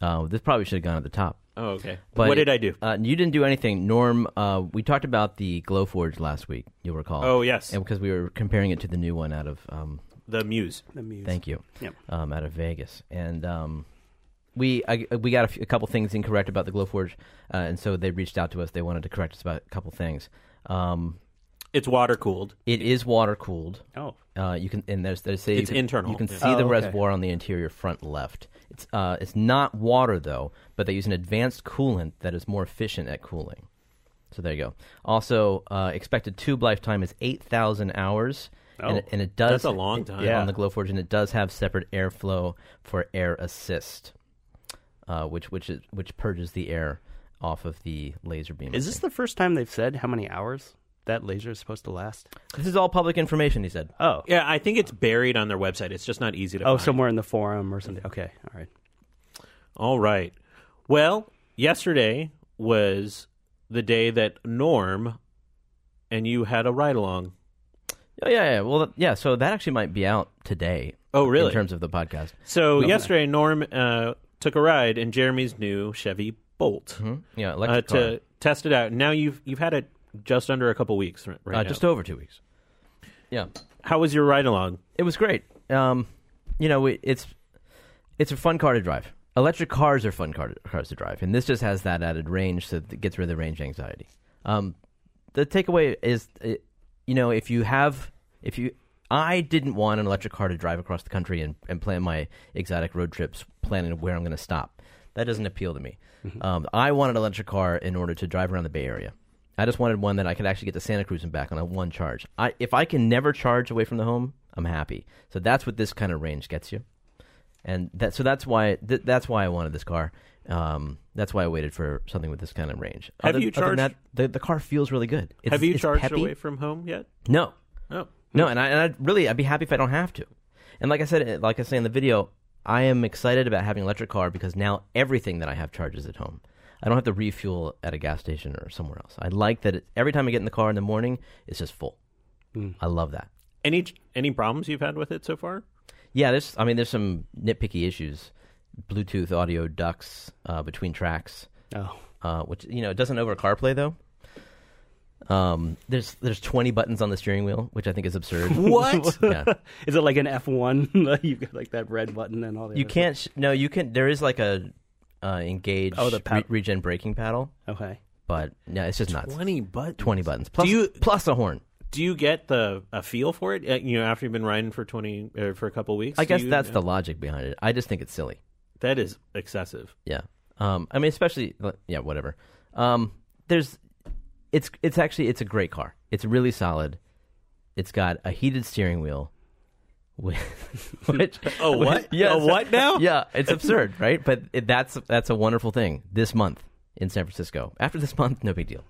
Uh, this probably should have gone at the top.
Oh, okay.
But
what did I do?
Uh, you didn't do anything, Norm. Uh, we talked about the Glowforge last week. You'll recall.
Oh, yes.
and because we were comparing it to the new one out of um,
The Muse.
The muse.
Thank you.
Yep.
Um, out of Vegas, and um, we I, we got a, few, a couple things incorrect about the Glowforge, uh, and so they reached out to us. They wanted to correct us about a couple things. Um,
It's water cooled.
It is water cooled.
Oh,
Uh, you can and there's there's say you
It's
can-
internal,
You can
yeah.
see
Oh,
the
okay.
reservoir on the interior front left. It's uh it's not water though, but they use an advanced coolant that is more efficient at cooling. So there you go. Also, uh, expected tube lifetime is eight thousand hours, and, it,
Oh,
and it does
that's a long time.
Yeah.
uh, on the Glowforge, and it does have separate airflow for air assist, uh, which which is which purges the air off of the laser beam.
is this the first time they've said how many hours that laser is supposed to last?
this is all public information? He said.
Oh,
Yeah, I think it's buried on their website. It's just not easy to
oh,
find.
somewhere in the forum or something. Okay, all right.
All right. Well, yesterday was the day that Norm and you had a ride along.
Oh yeah, yeah. Well, yeah. So that actually might be out today.
Oh, really?
In terms of the podcast,
So yesterday, Norm uh, took a ride in Jeremy's new Chevy Bolt
yeah,
uh,
Mm-hmm. electric car.
to test it out. Now you've you've had it just under a couple weeks ri- right
uh,
now.
just over two weeks. Yeah,
How was your ride along?
it was great. Um, you know, it, it's it's a fun car to drive. Electric cars are fun car cars to drive, and this just has that added range, so it gets rid of the range anxiety. Um, the takeaway is, uh, you know, if you have, if you, I didn't want an electric car to drive across the country and, and plan my exotic road trips, planning where I'm going to stop. That doesn't appeal to me.
Mm-hmm.
Um, I wanted an electric car in order to drive around the Bay Area. I just wanted one that I could actually get to Santa Cruz and back on a one charge. I, if I can never charge away from the home, I'm happy. So that's what this kind of range gets you and that so that's why th- that's why I wanted this car. Um, that's why I waited for something with this kind of range.
Have you
than
charged-
that, the, the car feels really good. It's,
Have you
it's
charged
peppy.
away from home yet?
No,
Oh,
no, and I, and I really I'd be happy if I don't have to. And like I said, eh, like I say in the video, I am excited about having an electric car because now everything that I have charges at home. I don't have to refuel at a gas station or somewhere else. I like that it, every time I get in the car in the morning, it's just full. I love that.
any ch- any problems you've had with it so far?
Yeah, there's. I mean, there's some nitpicky issues. Bluetooth audio ducts uh, between tracks,
Oh,
uh, which you know it doesn't over CarPlay though. Um, there's there's 20 buttons on the steering wheel, which I think is absurd.
What?
yeah,
is it like an F one? you got like that red button and all the.
you
other
can't. Sh- no, you can. There is like a uh, engage
Oh, the pad-
re- regen braking paddle,
stuff. Okay.
but yeah, it's just nuts.
Twenty but
20 buttons plus
you-
plus a horn.
Do you get the a feel for it? Uh, You know, after you've been riding for twenty uh, for a couple weeks,
I
do
guess
you
that's
know?
the logic behind it. I just think it's silly.
that is excessive.
Yeah. Um, I mean, especially like, yeah, whatever. Um, there's, it's it's actually it's a great car. It's really solid. It's got a heated steering wheel. With, which,
Oh, what?
Yeah,
A
so-
what now?
Yeah, it's absurd, right? But it, that's that's a wonderful thing. This month in San Francisco. After this month, no big deal.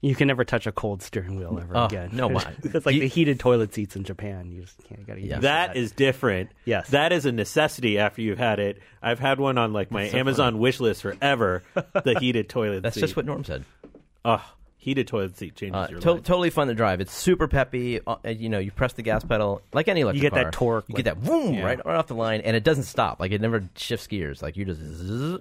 You can never touch a cold steering wheel ever
Oh,
again.
no, why?
it's like
You-
the heated toilet seats in Japan. You just can't. You gotta get used to
That is different.
Yes.
That is a necessity after you've had it. I've had one on like my Amazon wish list forever. The heated toilet
That's
seat.
just what Norm said.
Ugh, heated toilet seat changes
Uh,
your
to-
life.
totally fun to drive. It's super peppy. Uh, uh, you know, you press the gas pedal like any electric.
You get that
car.
torque,
You
like-
get that boom right, right off the line, and it doesn't stop. Like it never shifts gears. Like you just, zzz,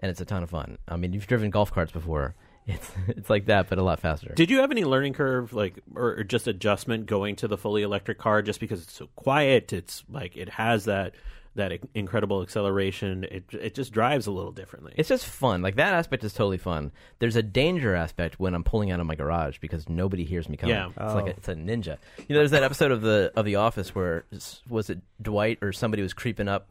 and it's a ton of fun. I mean, you've driven golf carts before. It's it's like that, but a lot faster.
Did you have any learning curve, like, or, or just adjustment going to the fully electric car, just because it's so quiet? It's like it has that that inc- incredible acceleration. It it just drives a little differently.
It's just fun. Like that aspect is totally fun. There's a danger aspect when I'm pulling out of my garage because nobody hears me coming.
Yeah.
It's like a, it's a ninja. You know, there's that episode of the of the office where s- was it Dwight or somebody was creeping up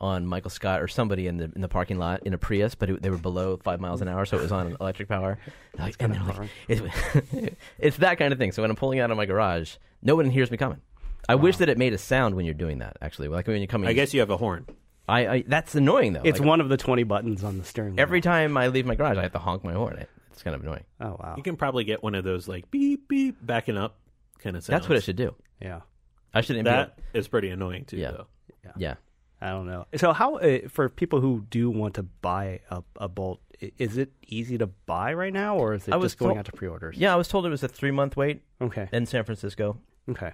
on Michael Scott or somebody in the in the parking lot in a Prius, but it, they were below five miles an hour, so it was on electric power. They're Like, and they're like, it's, it's that kind of thing. So when I'm pulling out of my garage, no one hears me coming. I wish that it made a sound when you're doing that. Actually, like when you're coming,
I guess you have a horn.
I, I that's annoying though.
It's
Like,
one of the twenty buttons on the steering wheel.
Every time I leave my garage, I have to honk my horn. It- It's kind of annoying.
Oh wow.
You can probably get one of those like beep beep backing up kind of sounds.
That's what I should do.
Yeah.
I should not
That is pretty annoying too,
Yeah.
though.
Yeah.
I don't know. So how uh, for people who do want to buy a, a bolt, i- is it easy to buy right now, or is it
I was
just going
told-
out to pre-orders?
Yeah, I was told it was a three month wait
Okay.
in San Francisco
Okay.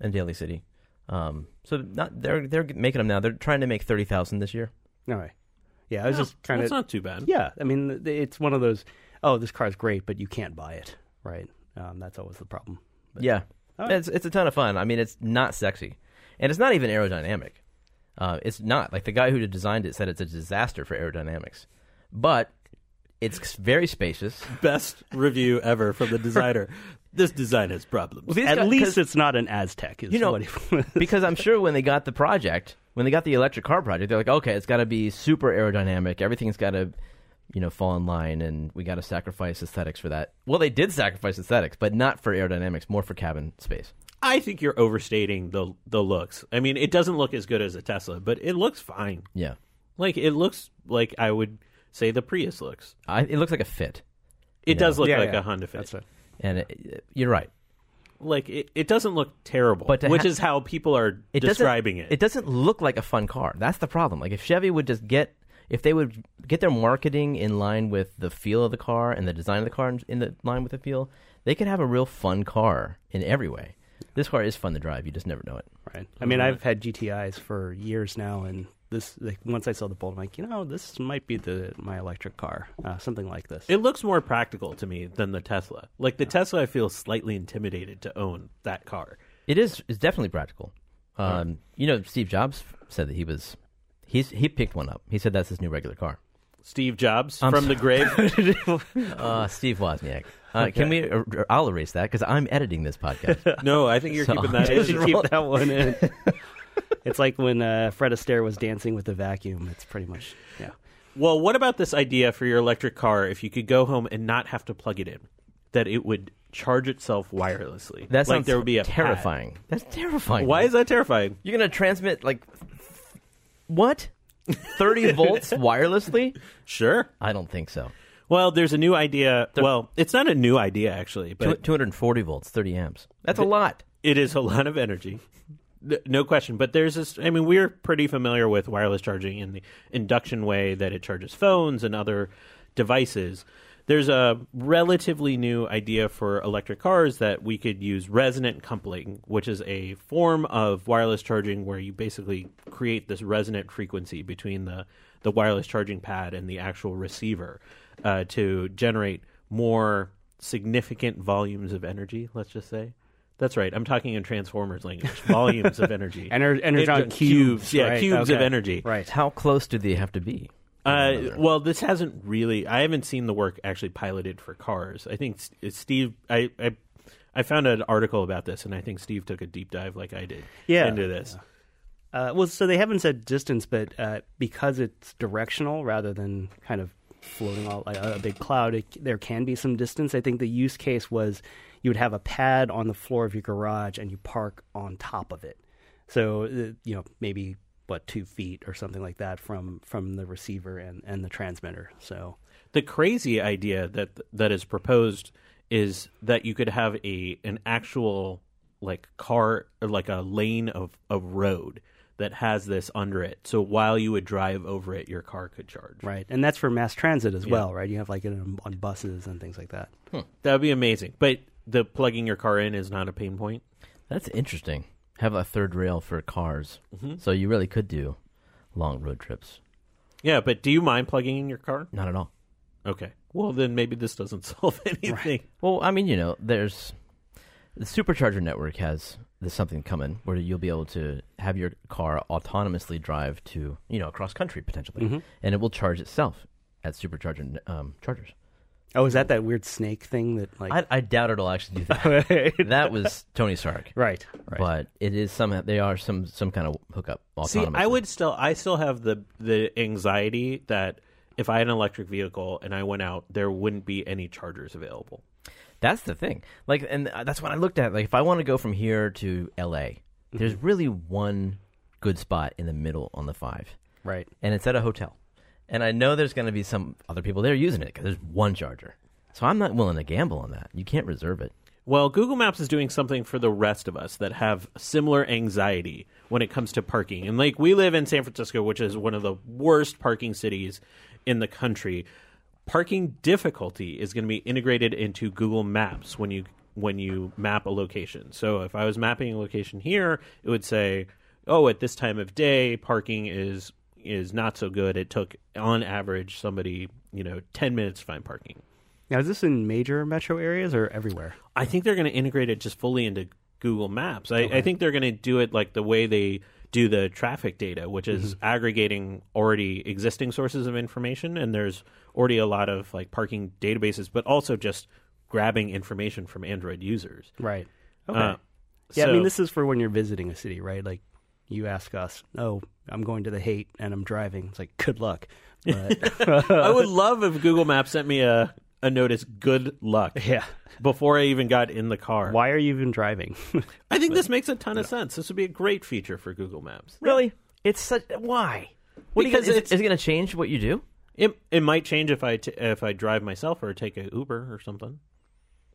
and Daly City. Um, so not they're they're making them now. They're trying to make thirty thousand this year.
All right. Yeah, I was
No,
just kind
that's
of.
not too bad.
yeah, I mean, th- it's one of those. Oh, this car's great, but you can't buy it, right? Um, that's always the problem.
yeah,
All right.
it's it's a ton of fun. I mean, it's not sexy, and it's not even aerodynamic. Uh, it's not like the guy who designed it said it's a disaster for aerodynamics, but It's very spacious.
Best review ever from the designer. this design has problems.
Well, these
At
guys-
least
'cause-
it's not an Aztec. Is
you know,
what it-
because I'm sure when they got the project, when they got the electric car project, they're like, okay, it's got to be super aerodynamic. Everything's got to, you know, fall in line, and we got to sacrifice aesthetics for that. Well, they did sacrifice aesthetics, but not for aerodynamics, more for cabin space.
I think you're overstating the the looks. I mean, it doesn't look as good as a Tesla, but it looks fine.
Yeah,
Like it looks like I would say the Prius looks.
I, it looks like a fit,
It does look
Yeah,
like
yeah.
a Honda Fit.
That's right.
and it, you're right.
Like it, it doesn't look terrible,
But to
which
ha-
is how people are
It doesn't-
describing it.
It doesn't look like a fun car. That's the problem. Like if Chevy would just get if they would get their marketing in line with the feel of the car and the design of the car in- in the line with the feel, they could have a real fun car in every way. This car is fun to drive. You just never know it.
Right. I mean, I've had GTI's for years now, and this like once I saw the Bolt, I'm like, you know, this might be the my electric car, uh, something like this.
It looks more practical to me than the Tesla. Like the Tesla, I feel slightly intimidated to own that car.
It is it's definitely practical. Um, You know, Steve Jobs said that he was he's he picked one up. He said that's his new regular car.
Steve Jobs
I'm
from the grave.
Uh, Steve Wozniak. Uh, Can we? er- er, I'll erase that because I'm editing this podcast.
no, I think you're
So-
keeping that
You should
in.
keep that one in. it's like when uh, Fred Astaire was dancing with the vacuum. It's pretty much yeah.
Well, what about this idea for your electric car if you could go home and not have to plug it in? That it would charge itself wirelessly.
That
like
sounds
there would be a pad.
terrifying. That's terrifying.
Why is that terrifying?
You're gonna transmit like what? Thirty volts wirelessly?
Sure.
I don't think so.
Well, there's a new idea. well, it's not a new idea actually, but
Two hundred and forty volts, thirty amps. That's a lot.
it is a lot of energy. Th- No question, but there's this. I mean, we're pretty familiar with wireless charging in the induction way that it charges phones and other devices. There's a relatively new idea for electric cars that we could use resonant coupling, which is a form of wireless charging where you basically create this resonant frequency between the, the wireless charging pad and the actual receiver uh, to generate more significant volumes of energy, let's just say. That's right. I'm talking in Transformers language. Volumes of energy.
Ener- energon
Energon-
cubes,
Yeah,
right?
cubes of
Okay.
energy.
Right.
How close do they have to be?
Uh, well, this hasn't really. I haven't seen the work actually piloted for cars. I think S- it's Steve. I, I I found an article about this, and I think Steve took a deep dive like I did
Yeah.
into this.
Uh, well, so they haven't said distance, but uh, because it's directional rather than kind of floating all like a big cloud, it, there can be some distance. I think the use case was you would have a pad on the floor of your garage and you park on top of it. So uh, you know maybe what two feet or something like that from from the receiver and and the transmitter. So
The crazy idea that that is proposed is that you could have a an actual like car or like a lane of of road that has this under it. So while you would drive over it, your car could charge.
right, and that's for mass transit as well, right? You have like it on, on buses and things like that.
That would be amazing. But the plugging your car in is not a pain point.
That's interesting. Have a third rail for cars,
Mm-hmm.
so you really could do long road trips.
Yeah, but do you mind plugging in your car?
Not at all.
Okay. Well, then maybe this doesn't solve anything.
Well, I mean, you know, there's the supercharger network has there's something coming where you'll be able to have your car autonomously drive to you know across country potentially,
Mm-hmm.
and it will charge itself at supercharger um, chargers.
Oh, is that that weird snake thing that like?
I, I doubt it'll actually do that. that was Tony Stark,
right, right.
but it is some they are some some kind of hookup.
See,
autonomously.
I would still, I still have the the anxiety that if I had an electric vehicle and I went out, there wouldn't be any chargers available.
That's the thing. Like, and uh, that's what I looked at. Like, if I want to go from here to L.A., there's
Mm-hmm.
really one good spot in the middle on the five.
Right.
and it's at a hotel. And I know there's going to be some other people there using it because there's one charger. So I'm not willing to gamble on that. You can't reserve it.
Well, Google Maps is doing something for the rest of us that have similar anxiety when it comes to parking. And like we live in San Francisco, which is one of the worst parking cities in the country. Parking difficulty is going to be integrated into Google Maps when you when you map a location. So if I was mapping a location here, it would say, "Oh, at this time of day, parking is is not so good. It took on average somebody, you know, 10 minutes to find parking."
Now, is this in major metro areas or everywhere?
I think they're going to integrate it just fully into Google Maps. I, I think they're going to do it like the way they do the traffic data, which is
Mm-hmm.
aggregating already existing sources of information. And there's already a lot of like parking databases, but also just grabbing information from Android users.
Right. Okay.
Uh,
yeah, I mean,
so-
this is for when you're visiting a city, right? Like, you ask us, "Oh, I'm going to the hate and I'm driving." It's like, good luck. But,
I would love if Google Maps sent me a, a notice, good luck,
yeah.
before I even got in the car.
Why are you even driving?
I think this makes a ton of sense. This would be a great feature for Google Maps.
Really?
it's such why.
What
Because
because is,
it's-
is it going to change what you do?
It, it might change if I t- if I drive myself or take a Uber or something.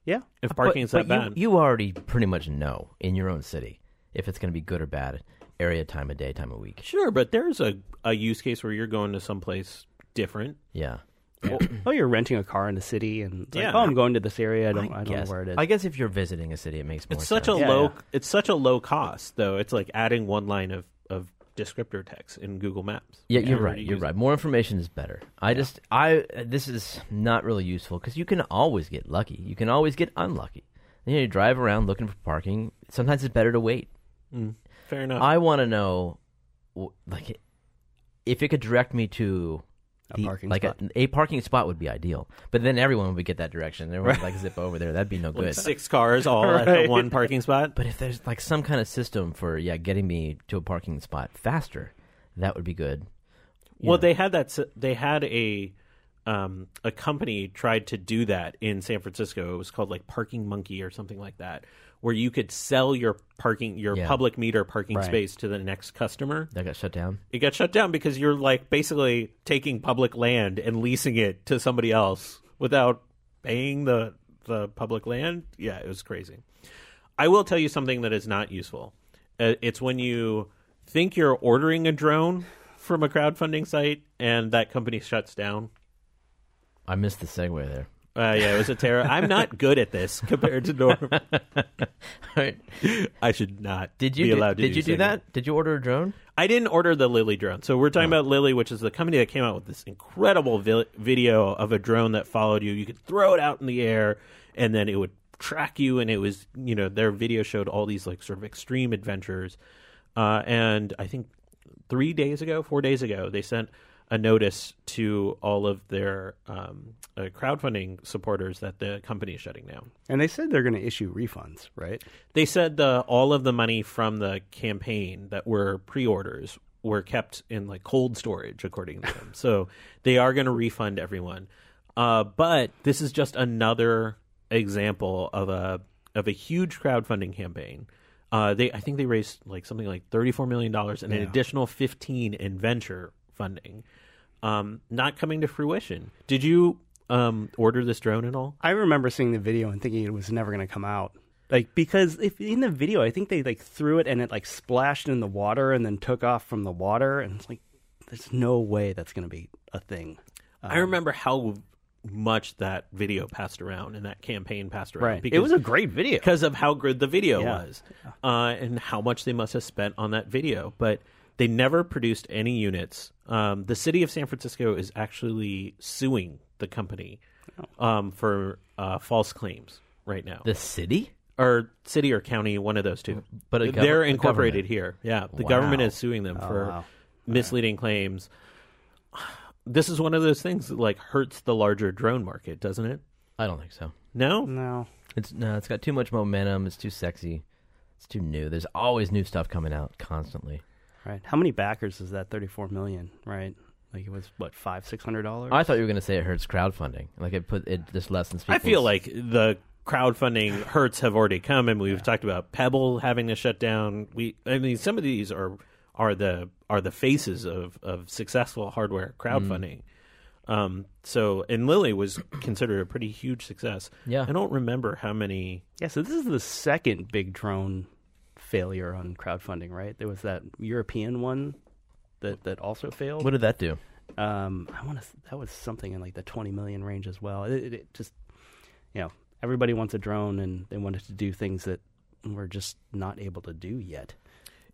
Yeah.
If parking
But-
is that
but
bad.
You, you already pretty much know in your own city if it's going to be good or bad, area, time of day, time of week.
Sure, but there's a, a use case where you're going to someplace different.
Yeah.
Oh, you're renting a car in the city, and it's like,
Yeah.
oh, I'm going to this area. I don't, I, don't
Guess-
know where it is.
I guess if you're visiting a city, it makes more
It's such a
sense.
Yeah,
low
yeah.
it's such a low cost though. It's like adding one line of, of descriptor text in Google Maps.
Yeah, you're right.
already
You're
use-
right. More information is better. I just, I this is not really useful because you can always get lucky. You can always get unlucky. You, know, you drive around looking for parking. Sometimes it's better to wait.
Fair enough.
I want to know, w- like, if it could direct me to
A parking
like A, a parking spot would be ideal. But then everyone would get that direction. Everyone would like zip over there. That'd be no
Like
good.
six cars all at the
Right.
one parking spot.
But if there's like some kind of system for yeah getting me to a parking spot faster, that would be good.
Well, they had that s- they had a um, a company tried to do that in San Francisco. It was called like Parking Monkey or something like that, where you could sell your parking your
Yeah.
public meter parking
Right.
space to the next customer.
That got shut down.
it got shut down because you're like basically taking public land and leasing it to somebody else without paying the the public land. Yeah, it was crazy. I will tell you something that is not useful. Uh, It's when you think you're ordering a drone from a crowdfunding site and that company shuts down.
I missed the segue there.
Uh, yeah, it was a terror. I'm not good at this compared to Norm.
All right.
I should not
Did you
be
do,
allowed to
did you do
segments.
that? Did you order a drone?
I didn't order the Lily drone. So we're talking about Lily, which is the company that came out with this incredible vi- video of a drone that followed you. You could throw it out in the air, and then it would track you. And it was, you know, their video showed all these like sort of extreme adventures. Uh, and I think three days ago, four days ago, they sent a notice to all of their um, uh, crowdfunding supporters that the company is shutting down.
and they said they're going to issue refunds, right?
They said the all of the money from the campaign that were pre-orders were kept in like cold storage, according to them. so they are going to refund everyone. Uh, but this is just another example of a of a huge crowdfunding campaign. Uh, they I think they raised like something like thirty four million dollars and an additional fifteen in venture funding. Um, not coming to fruition. Did you um, order this drone at all?
I remember seeing the video and thinking it was never going to come out. Like because if in the video, I think they like threw it and it like splashed in the water and then took off from the water, and it's like there's no way that's going to be a thing. Um,
I remember how much that video passed around and that campaign passed around.
Right.
Because,
it was a great video.
because of how good the video
Yeah.
was uh, and how much they must have spent on that video. But they never produced any units. Um, the city of San Francisco is actually suing the company
Oh.
um, for uh, false claims right now,
The city?
or city or county, one of those two.
But a gov-
they're
a
incorporated here.
government.
Yeah, the
Wow. Oh,
government is suing them for
wow.
misleading claims. This is one of those things that like hurts the larger drone market, doesn't it?
I don't think so.
No,
Mm.
No,
It's no, it's got too much momentum. It's too sexy. It's too new. There's always new stuff coming out constantly.
right? How many backers is that? Thirty-four million, right? Like it was what five, six hundred dollars.
I thought you were going to say it hurts crowdfunding. Like it put it just lessens.
I feel
people's-
like the crowdfunding hurts have already come, and we've talked about Pebble having to shut down. We, I mean, some of these are are the are the faces of of successful hardware
Mm.
crowdfunding. Um, so, and Lily was considered a pretty huge success.
Yeah.
I don't remember how many.
Yeah, so this is the second big drone failure on crowdfunding, right? There was that European one that that also failed.
What did that do?
Um, I want to. That was something in like the twenty million range as well. It, it, it just, you know, everybody wants a drone and they wanted to do things that we're just not able to do yet.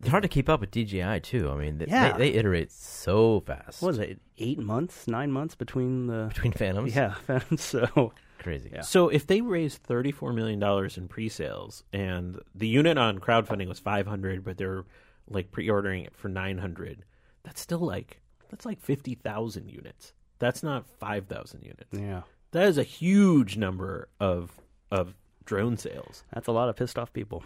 It's hard to keep up with DJI too. I mean, th-
Yeah.
they, they iterate so fast.
What was it? Eight months, nine months between the
between Phantoms?
yeah. so
crazy.
Yeah.
So, if they raised thirty four million dollars in pre sales, and the unit on crowdfunding was five hundred, but they're like pre-ordering it for 900 that's still like that's like 50,000 units that's not 5,000 units
Yeah.
that is a huge number of of drone sales
That's a lot of pissed off people.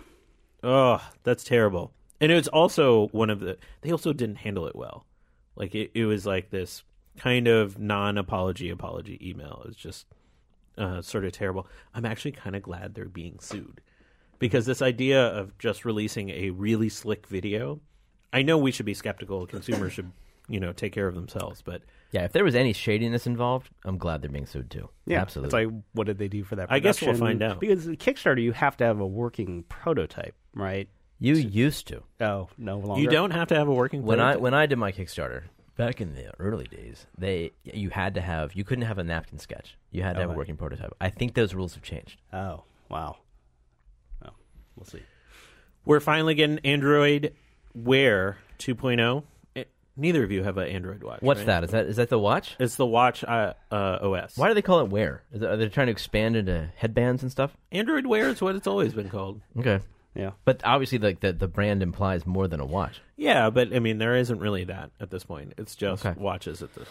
Oh, that's terrible. And it was also one of the they also didn't handle it well. Like it, it was like this kind of non apology apology email. It was just uh, sort of terrible. I'm actually kind of glad they're being sued because this idea of just releasing a really slick video. I know we should be skeptical. Consumers should, you know, take care of themselves. But
Yeah, if there was any shadiness involved, I'm glad they're being sued too. absolutely.
It's like, what did they do for that?
I guess we'll
production?
find out.
Because with Kickstarter, you have to have a working prototype, right?
you used to
Oh, no longer.
you don't have to have a working.
when I
prototype.
when I did my Kickstarter back in the early days, they you had to have you couldn't have a napkin sketch. You had to have a
Okay.
working prototype. I think those rules have changed.
Oh, wow. Oh, we'll see.
we're finally getting Android Wear 2.0. It, Eh, neither of you have an Android watch.
What's
right?
that? Is that is that the watch?
It's the watch uh, uh, OS.
Why do they call it wear? Is it, are they trying to expand into headbands and stuff?
Android Wear is what it's always been called.
Okay,
Yeah.
but obviously, like the the brand implies more than a watch.
Yeah, but I mean, there isn't really that at this point. It's just
Okay.
watches at this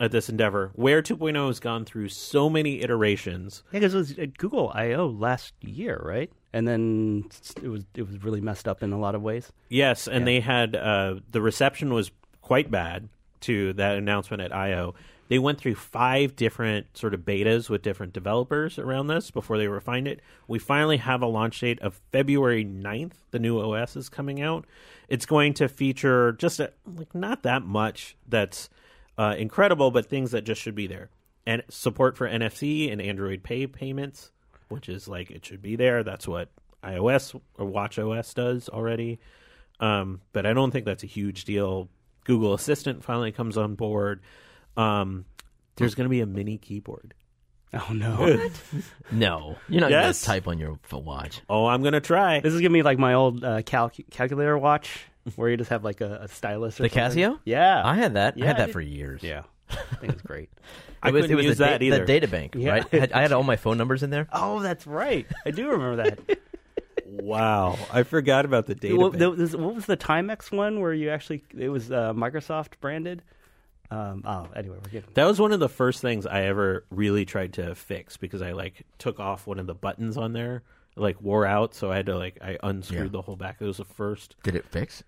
at this endeavor. Wear 2.0 has gone through so many iterations.
Yeah, because it was at Google I/O last year, right? And then s- it was it was really messed up in a lot of ways.
Yes, and they had uh, the reception was quite bad to that announcement at I/O. They went through five different sort of betas with different developers around this before they refined it. We finally have a launch date of February 9th. The new OS is coming out. It's going to feature just a, like not that much that's uh, incredible, but things that just should be there. And support for NFC and Android Pay payments, which is like it should be there. That's what iOS or Watch OS does already. Um, but I don't think that's a huge deal. Google Assistant finally comes on board. Um, there's going to be a mini keyboard.
Oh no!
No, you're not
Yes.
going to type on your f- watch.
Oh, I'm going to try.
this is gonna be like my old uh, cal- calculator watch, where you just have like a, a stylus. Or
The
something.
Casio?
Yeah.
I had that. I
Yeah,
had
I
that
did-
for years.
yeah. I think it's great.
I couldn't use
the
that
da-
either.
The data bank,
Yeah.
right? I had, I had all my phone numbers in there.
Oh, that's right. I do remember that.
wow, I forgot about the data.
what,
bank.
there was- what was the Timex one where you actually it was uh, Microsoft branded? Um, oh, anyway, we're getting
That was one of the first things I ever really tried to fix because I like took off one of the buttons on there, like wore out, so I had to like I unscrewed
Yeah.
the whole back. It was the first.
Did it fix?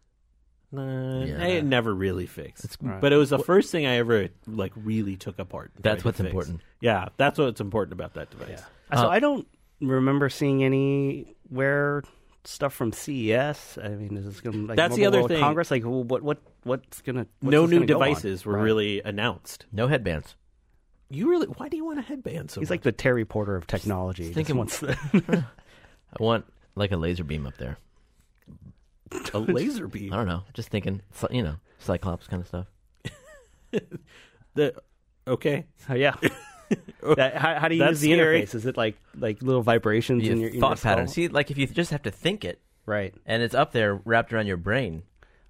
Nah,
Yeah.
I had never really fixed,
Right.
but it was the first thing I ever like really took apart. and tried
That's
to
what's
fix.
important.
Yeah, that's what's important about that device.
so I don't remember seeing any where stuff from CES. I mean, is this going to like
That's the
Mobile
other
World
thing.
Congress? Like, wh- what what what's going to
no new devices were really announced.
No headbands.
You really? Why do you want a headband? So
He's
much?
like the Terry Porter of technology. Just
thinking-
wants the-
I want like a laser beam up there.
a laser beam.
I don't know. Just thinking, so- you know, Cyclops kind of stuff.
The- okay,
Oh, yeah. That- how, how do you
That's
use the
scary.
interface? Is it like like little vibrations in your in your
thought pattern.
skull?
See, like if you just have to think it
Right.
and it's up there wrapped around your brain,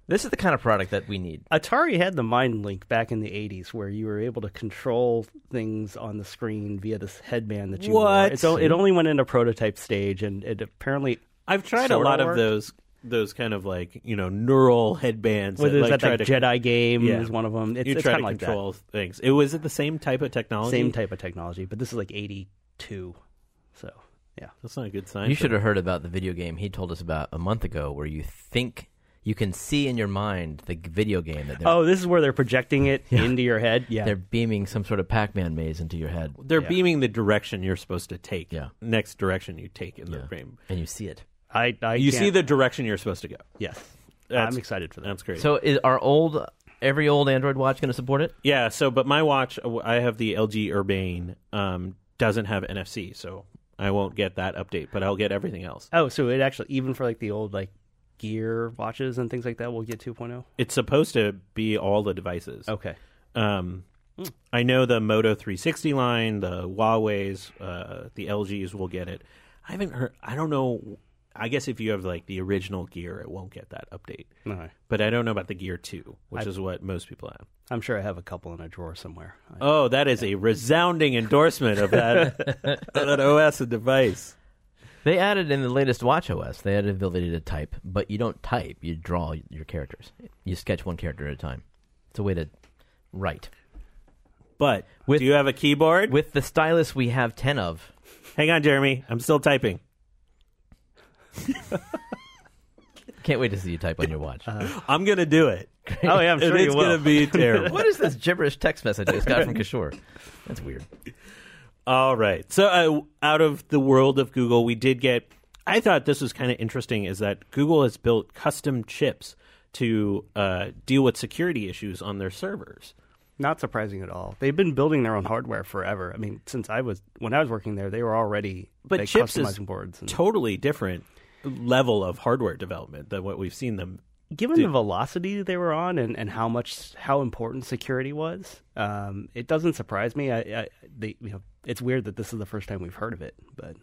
this is the kind of product that we need.
Atari had the Mind Link back in the '80s, where you were able to control things on the screen via this headband that you wore.
What?
It's o- it only went into prototype stage, and it apparently
I've tried a
Sorta
lot of
worked.
those those kind of like you know neural headbands.
whether
that, like,
it's that,
try
like,
to
Jedi game
Yeah.
is one of them. It's,
you
it's
try
kind
to
of like that.
control things. It was it the same type of technology.
Same type of technology, but this is like '82, so yeah.
That's not a good sign.
You
for-
should have heard about the video game he told us about a month ago where you think you can see in your mind the g- video game that they're,
Oh, this is where they're projecting it into your head. Yeah,
they're beaming some sort of Pac Man maze into your head.
They're
Yeah.
beaming the direction you're supposed to take.
Yeah.
Next direction you take in the
Yeah.
frame.
And you see it.
I, I
You
can't-
see the direction you're supposed to go.
yes.
That's-
I'm excited for that.
That's great.
So is our old every old Android watch going to support it?
yeah. So, but my watch, uh, I have the LG Urbane, um, doesn't have NFC, so I won't get that update, but I'll get everything else.
Oh, so it actually even for like the old like gear watches and things like that, we'll get oh? 2.0.
It's supposed to be all the devices.
Okay.
Um, I know the Moto 360 line, the Huawei's, uh, the LGs will get it. I haven't heard. I don't know. I guess if you have like the original gear, it won't get that update.
All right.
But I don't know about the gear two, which is what most people have.
I'm sure I have a couple in a drawer somewhere. I-
Oh, that is a resounding endorsement of that of that OS and device.
They added in the latest WatchOS, they added the ability to type, but you don't type; you draw your characters. You sketch one character at a time. It's a way to write.
But
With-
do you have a keyboard?
With the stylus we have ten of,
Hang on, Jeremy. I'm still typing.
can't wait to see you type on your watch.
I'm gonna do it.
Oh yeah, I'm
And
sure you
it's
will.
gonna be terrible.
what is this gibberish text message I just got from Kishore? That's weird.
All right. So uh, out of the world of Google, we did get. I thought this was kind of interesting. Is that Google has built custom chips to uh, deal with security issues on their servers.
Not surprising at all. They've been building their own hardware forever. I mean, since I was when I was working there, they were already
But
like,
chips is
customizing boards. And,
Totally different level of hardware development than what we've seen them.
given the velocity they were on and, and how much how important security was, um, it doesn't surprise me. I, I they, you know, it's weird that this is the first time we've heard of it, but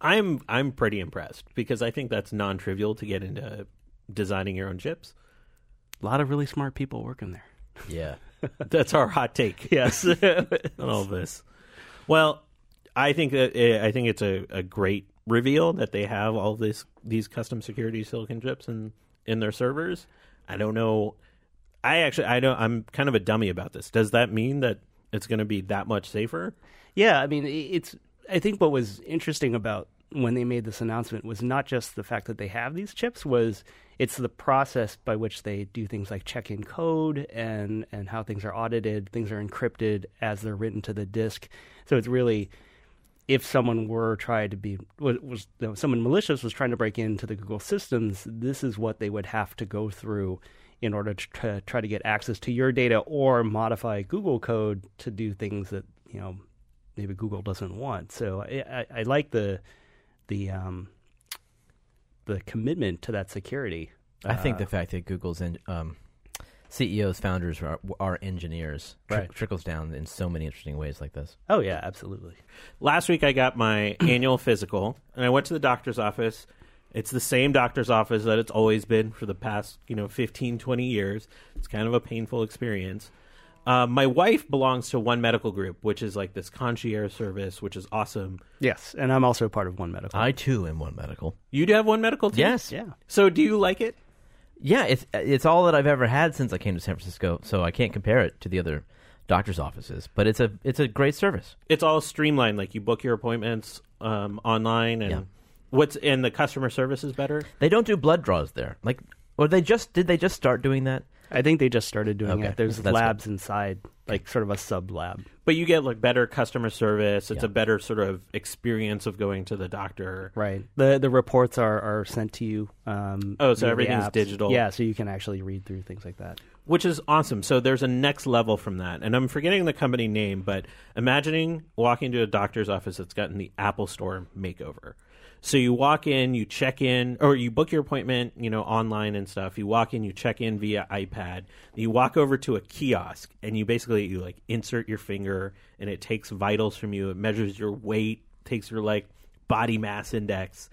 I'm I'm pretty impressed because I think that's non-trivial to get into designing your own chips.
a lot of really smart people working there.
Yeah.
That's our hot take. Yes, on all this. Well, I think that eh, I think it's a, a great reveal that they have all this these custom security silicon chips in in their servers. I don't know. I actually I don't. I'm kind of a dummy about this. Does that mean that it's going to be that much safer?
Yeah, I mean, i- it's. I think what was interesting about when they made this announcement was not just the fact that they have these chips, was it's the process by which they do things like check in code and and how things are audited, things are encrypted as they're written to the disk. So it's really if someone were trying to be was, was you know, someone malicious was trying to break into the Google systems, this is what they would have to go through in order to try, try to get access to your data or modify Google code to do things that you know maybe Google doesn't want. So I, I, I like the the um, the commitment to that security. Uh,
I think the fact that Google's en- um, CEOs, founders are, are engineers tr-
Right.
trickles down in so many interesting ways like this.
Oh yeah, absolutely.
last week I got my annual physical and I went to the doctor's office. It's the same doctor's office that it's always been for the past, you know, 15, 20 years. It's kind of a painful experience. Uh, my wife belongs to One Medical Group, which is like this concierge service, which is awesome.
Yes, and I'm also part of One Medical.
I too am one medical.
You do have One Medical too?
Yes.
yeah.
So do you like it?
Yeah, it's it's all that I've ever had since I came to San Francisco, so I can't compare it to the other doctors' offices. But it's a it's a great service.
It's all streamlined. Like you book your appointments um, online and
Yeah.
what's and the customer service is better.
They don't do blood draws there. Like, or they just did they just start doing that?
I think they just started doing
Okay,
it. There's
that's
labs inside, like sort of a sub lab.
But you get like better customer service. It's
Yeah.
a better sort of experience of going to the doctor.
Right. The the reports are, are sent to you. Um,
Oh, so
via the
everything's
apps.
digital.
Yeah, so you can actually read through things like that.
which is awesome. So there's a next level from that, and I'm forgetting the company name, but imagining walking to a doctor's office that's gotten the Apple Store makeover. So you walk in, you check in, or you book your appointment, you know, online and stuff. You walk in, you check in via iPad. You walk over to a kiosk, and you basically you like insert your finger, and it takes vitals from you. It measures your weight, takes your like body mass index,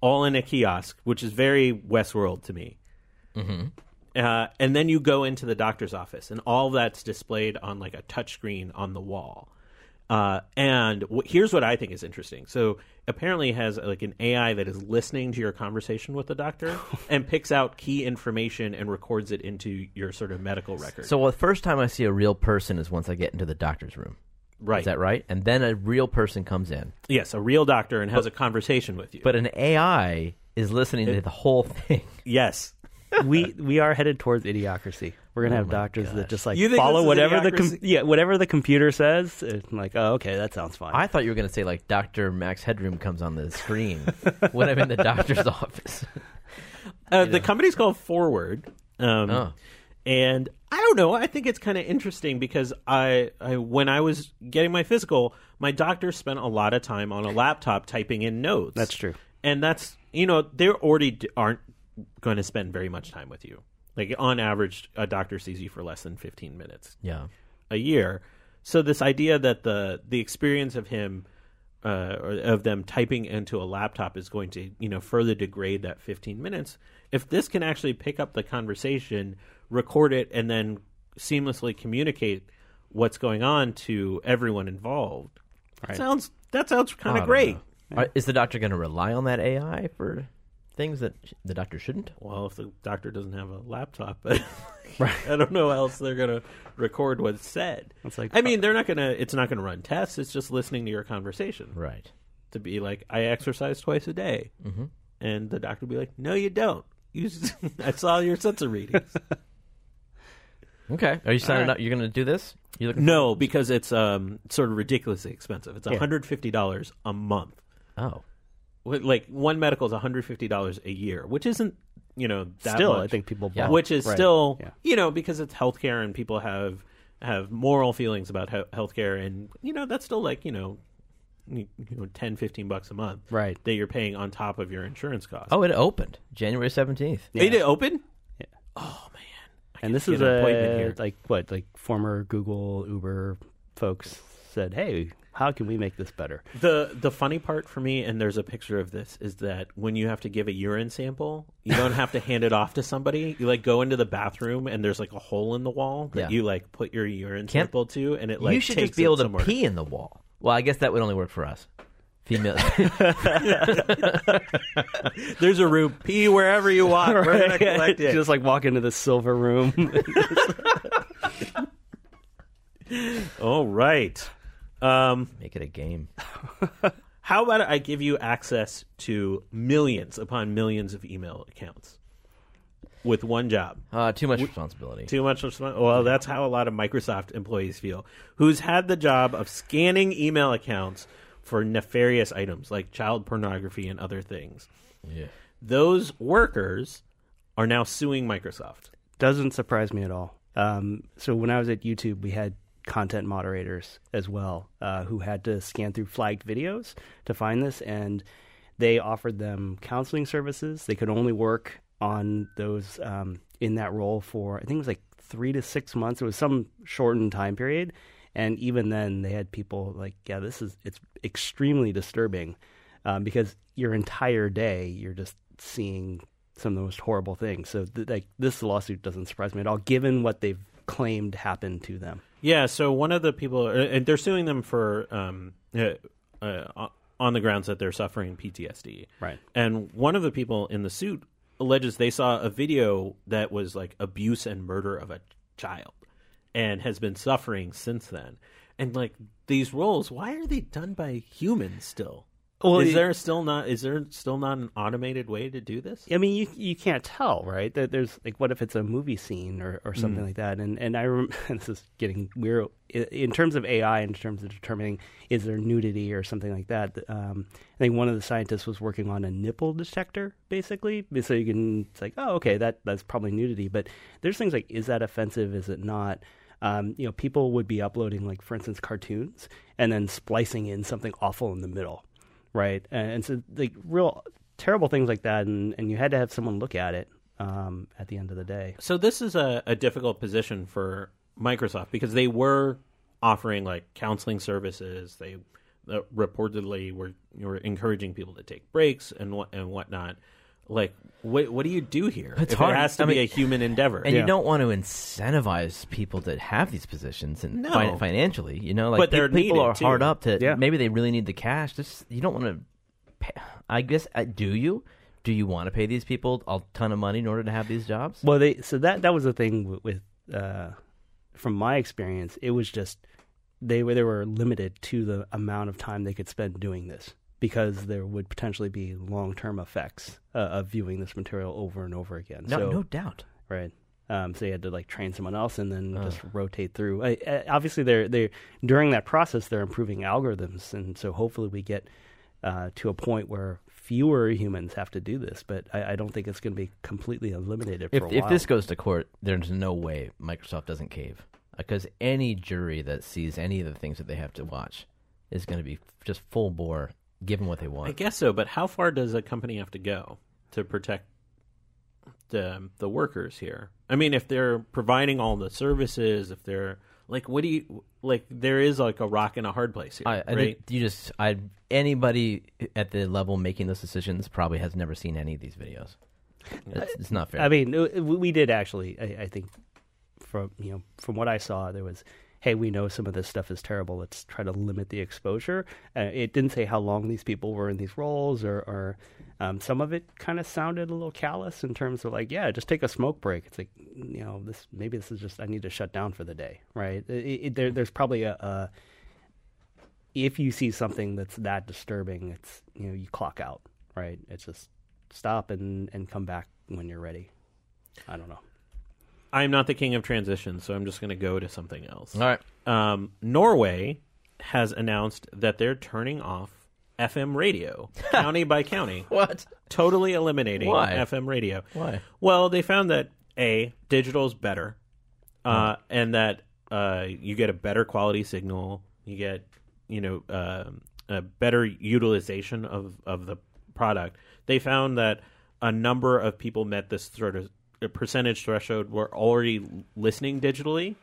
all in a kiosk, which is very Westworld to me uh, and then you go into the doctor's office, and all that's displayed on like a touchscreen on the wall. Uh, and w- here's what I think is interesting. So apparently, it has like an AI that is listening to your conversation with the doctor and picks out key information and records it into your sort of medical record.
So well, the first time I see a real person is once I get into the doctor's room.
right?
Is that right? And then a real person comes in,
yes, a real doctor and has a conversation with you.
but an AI is listening to the whole thing.
yes,
we we are headed towards idiocracy. We're gonna have doctors that just like
Oh You think this
follow
is
whatever the
idiocracy?
com- yeah whatever the computer says. And I'm like, oh, okay, that sounds fine.
I thought you were going to say like Dr. Max Headroom comes on the screen when I'm in the doctor's office.
Uh, the company's called Forward. Um,
Oh.
And I don't know. I think it's kind of interesting because I, I, when I was getting my physical, my doctor spent a lot of time on a laptop typing in notes.
That's true.
And that's you know they already d- aren't going to spend very much time with you. Like on average, a doctor sees you for less than fifteen minutes
Yeah.
a year. So this idea that the the experience of him uh, or of them typing into a laptop is going to you know further degrade that 15 minutes. If this can actually pick up the conversation, record it, and then seamlessly communicate what's going on to everyone involved, sounds that sounds kind
I don't
of great.
know. Are, is the doctor going to rely on that AI for things that sh- the doctor shouldn't?
Well, if the doctor doesn't have a laptop, I don't know how else they're going to record what's said.
It's like-
I
uh
mean, they're not going to. It's not going to run tests. It's just listening to your conversation
Right.
to be like, I exercise twice a day, mm-hmm. and the doctor would be like, No, you don't. You, s- I saw your sensor readings.
Okay. Are you signing
right.
up? You're going to do this? You looking?
no, because it's um sort of ridiculously expensive. It's one hundred fifty dollars a month.
Oh.
With, Like one medical is one hundred fifty dollars a year, which isn't you know that
Still, I
much.
think people
Yeah.
bought.
which is
Right.
still
Yeah.
you know because it's healthcare and people have have moral feelings about he- healthcare and you know that's still like you know you know 10 15 bucks a month
Right.
that you're paying on top of your insurance cost
Oh, it opened January 17th.
They did open
Yeah.
oh man I
and this
get
is
an appointment
a
here.
like what like former Google Uber folks said, hey, how can we make this better?
the the funny part for me and there's a picture of this is that when you have to give a urine sample you don't have to hand it off to somebody you like go into the bathroom and there's like a hole in the wall that
Yeah.
you like put your urine
Can't-
sample to and it like
you should
takes
just be able
it
to
somewhere.
pee in the wall. Well, I guess that would only work for us. Female.
There's a room. Pee wherever you want. We're gonna collect it.
Just like walk into the silver room.
All right. Um,
Make it a game.
how about I give you access to millions upon millions of email accounts with one job?
Uh, too much responsibility.
Too much. resp- Well, that's how a lot of Microsoft employees feel. Who's had the job of scanning email accounts for nefarious items like child pornography and other things?
yeah.
Those workers are now suing Microsoft.
doesn't surprise me at all. Um, so when I was at YouTube, we had content moderators as well uh, who had to scan through flagged videos to find this, and they offered them counseling services. They could only work on those um, in that role for I think it was like three to six months. It was some shortened time period, and even then, they had people like, "Yeah, this is it's extremely disturbing." um, because your entire day you're just seeing some of the most horrible things. So th- like this lawsuit doesn't surprise me at all, given what they've claimed happened to them.
Yeah, so one of the people, uh, and they're suing them for um, uh, uh, on the grounds that they're suffering PTSD.
Right.
And one of the people in the suit alleges they saw a video that was like abuse and murder of a child and has been suffering since then. And like these roles, why are they done by humans still?
Well,
is
it-
there still not is there still not an automated way to do this?
I mean, you you can't tell, right? That there's like, what if it's a movie scene or, or something like that? And and I rem- this is getting weird I- in terms of AI, in terms of determining is there nudity or something like that. Um, I think one of the scientists was working on a nipple detector, basically, so you can it's like, oh, okay, that that's probably nudity. But there's things like, is that offensive? Is it not? Um, you know, people would be uploading, like for instance, cartoons, and then splicing in something awful in the middle right? And, and so like real terrible things like that, and, and you had to have someone look at it um, at the end of the day.
So this is a, a difficult position for Microsoft because they were offering like counseling services. They uh, reportedly were were encouraging people to take breaks and what and whatnot. Like, what what do you do here?
It's
if
hard.
It has to
I
be
mean-
a human endeavor.
And
Yeah.
you don't want to incentivize people that have these positions and
No.
fin- financially, you know, like
But
pe-
they're
people
needed,
are
too.
hard up to.
Yeah.
Maybe they really need the cash. Just you don't want to. Pay. I guess uh, do you? Do you want to pay these people a ton of money in order to have these jobs?
Well, they so that that was the thing with, with uh, from my experience, it was just they were they were limited to the amount of time they could spend doing this because there would potentially be long term effects uh, of viewing this material over and over again.
No,
so,
no doubt.
Right. Um, so you had to like train someone else and then just rotate through. I, I, obviously, they're they are during that process they're improving algorithms, and so hopefully we get uh, to a point where fewer humans have to do this. But I, I don't think it's going to be completely eliminated
If,
for a
if
while.
this goes to court, there's no way Microsoft doesn't cave because any jury that sees any of the things that they have to watch is going to be just full bore, given what they want.
I guess so, but how far does a company have to go to protect the the workers here? I mean, if they're providing all the services, if they're like, what do you like? There is like a rock and a hard place here,
I, I
right?
think you just I anybody at the level making those decisions probably has never seen any of these videos. It's, it's not fair.
I mean, uh, we we did actually. I, I think from you know from what I saw, there was hey, we know some of this stuff is terrible. Let's try to limit the exposure. Uh, it didn't say how long these people were in these roles, or, or um, some of it kind of sounded a little callous in terms of like, yeah, just take a smoke break. It's like, you know, this maybe this is just I need to shut down for the day, right? It, it, there, there's probably a, a if you see something that's that disturbing, it's you know you clock out, right? It's just stop and and come back when you're ready. I don't know.
I'm not the king of transitions, so I'm just going to go to something else.
All right.
Um, Norway has announced that they're turning off FM radio, county by county,
What?
totally eliminating
Why?
FM radio.
Why?
Well, they found that a digital's better,
Hmm.
uh, and that uh, you get a better quality signal. You get you know um a better utilization of of the product. They found that a number of people met this sort of a percentage threshold were already listening digitally.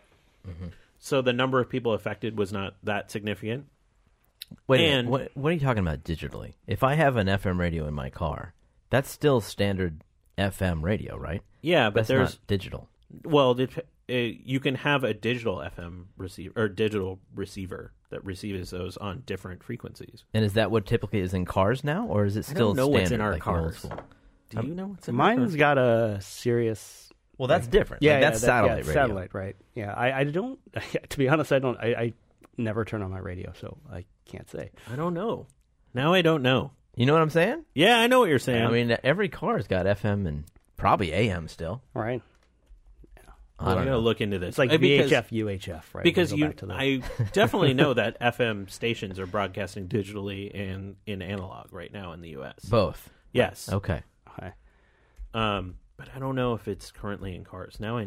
Mm-hmm.
So the number of people affected was not that significant.
Wait. a
And-
minute. what, what are you talking about digitally? If I have an FM radio in my car, that's still standard FM radio, right?
Yeah, but
That's
there's
not digital.
Well, the, uh, you can have a digital FM receiver or digital receiver that receives those on different frequencies.
And is that what typically is in cars now, or is it
I
still
don't know what's in
standard,
our
like the old
cars.
school?
Do you know what's in
Mine's got a serious
Well, that's different. Like, that's
that-
satellite
it's
radio.
Satellite, right? Yeah, I, I don't. To be honest, I don't. I, I never turn on my radio, so I can't say.
I don't know. Now I don't know.
You know what I'm saying?
Yeah, I know what you're saying.
I mean, every car's got FM and probably AM still.
All right,
I'm
I don't
gonna
know.
look into this.
it's like
Uh, because,
VHF, UHF, right?
Because
We go
you,
back to the-
I definitely know that FM stations are broadcasting digitally and in analog right now in the U.S.
Both.
yes,
Okay.
Okay.
um, but I don't know if it's currently in cars now. I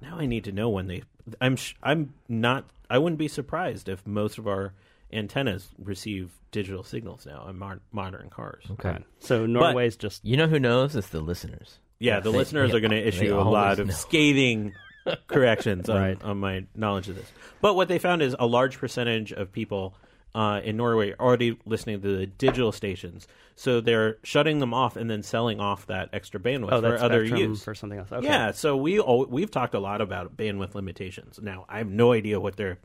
now I need to know when they. I'm sh- I'm not. I wouldn't be surprised if most of our antennas receive digital signals now in mod- modern cars.
Okay.
So Norway's just
You know who knows? It's the listeners.
Yeah, the
They-
listeners
they-
are going
they
to issue a
always
lot of
know.
scathing corrections on,
Right.
on my knowledge of this. But what they found is a large percentage of people uh, in Norway are already listening to the digital stations, so they're shutting them off and then selling off that extra bandwidth
oh,
for
that's
other
spectrum
use.
for something else. Okay.
Yeah, so we al- we've talked a lot about bandwidth limitations. Now I have no idea what they're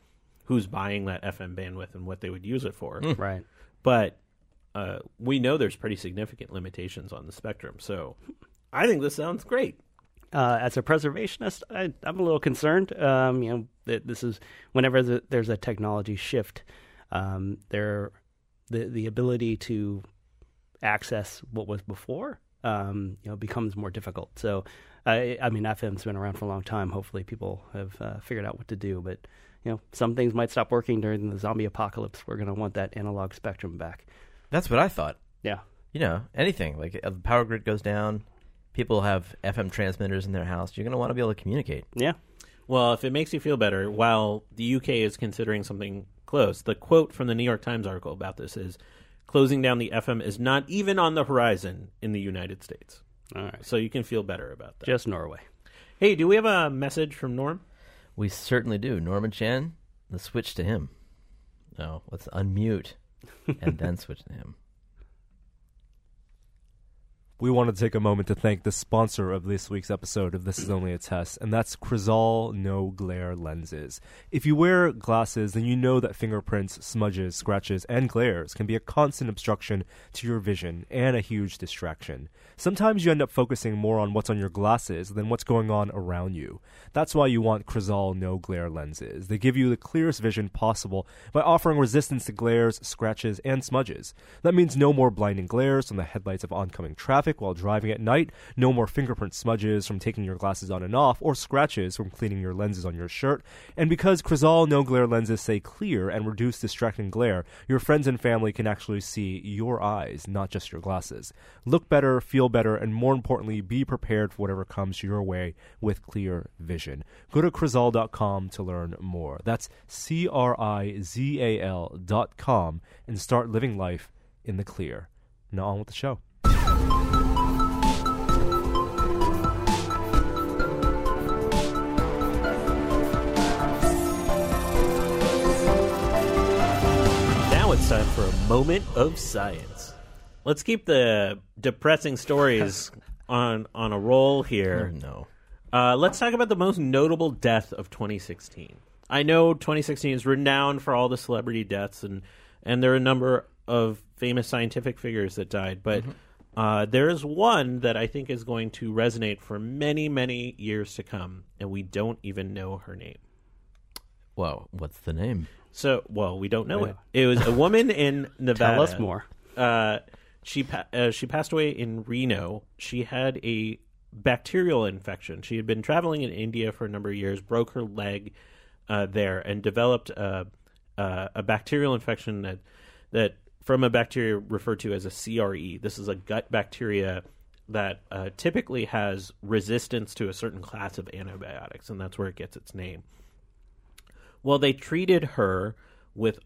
who's buying that FM bandwidth and what they would use it for,
Right.
but uh, we know there's pretty significant limitations on the spectrum. So I think this sounds great.
uh, as a preservationist, I, I'm a little concerned. Um, you know, that this is whenever the, there's a technology shift, um, there the the ability to access what was before, um, you know, becomes more difficult. So, I, I mean, FM's been around for a long time. Hopefully, people have uh, figured out what to do, but. You know, some things might stop working during the zombie apocalypse. We're going to want that analog spectrum back.
That's what I thought.
Yeah,
You know, anything like if the power grid goes down, people have FM transmitters in their house. You're going to want to be able to communicate.
yeah.
Well, if it makes you feel better, while the UK is considering something close, the quote from the New York Times article about this is closing down the FM is not even on the horizon in the United States.
All right,
So you can feel better about that.
just Norway.
Hey, do we have a message from Norm?
We certainly do. Norman Chan, let's switch to him. No, let's unmute and then switch to him.
We want to take a moment to thank the sponsor of this week's episode of This Is Only a Test, and that's Crizal No Glare Lenses. If you wear glasses, then you know that fingerprints, smudges, scratches, and glares can be a constant obstruction to your vision and a huge distraction. Sometimes you end up focusing more on what's on your glasses than what's going on around you. That's why you want Crizal No Glare Lenses. They give you the clearest vision possible by offering resistance to glares, scratches, and smudges. That means no more blinding glares from the headlights of oncoming traffic while driving at night, no more fingerprint smudges from taking your glasses on and off, or scratches from cleaning your lenses on your shirt. And because Crizal no glare lenses say clear and reduce distracting glare, your friends and family can actually see your eyes, not just your glasses. Look better, feel better, and more importantly, be prepared for whatever comes your way with clear vision. Go to Crizal.com to learn more. That's C R I Z A L.com and start living life in the clear. Now on with the show.
Now it's time for a moment of science. Let's keep the depressing stories on on a roll here.
Mm.
No.
Uh, let's talk about the most notable death of 2016. I know 2016 is renowned for all the celebrity deaths, and and there are a number of famous scientific figures that died, but.
Mm-hmm.
Uh, there is one that I think is going to resonate for many, many years to come, and we don't even know her name.
Wow, what's the name?
So, well, we don't know it. It was a woman in Nevada.
Tell us more.
Uh, she pa- uh, she passed away in Reno. She had a bacterial infection. She had been traveling in India for a number of years, broke her leg uh, there, and developed a, uh, a bacterial infection that that from a bacteria referred to as a CRE. This is a gut bacteria that uh, typically has resistance to a certain class of antibiotics, and that's where it gets its name. Well, they treated her with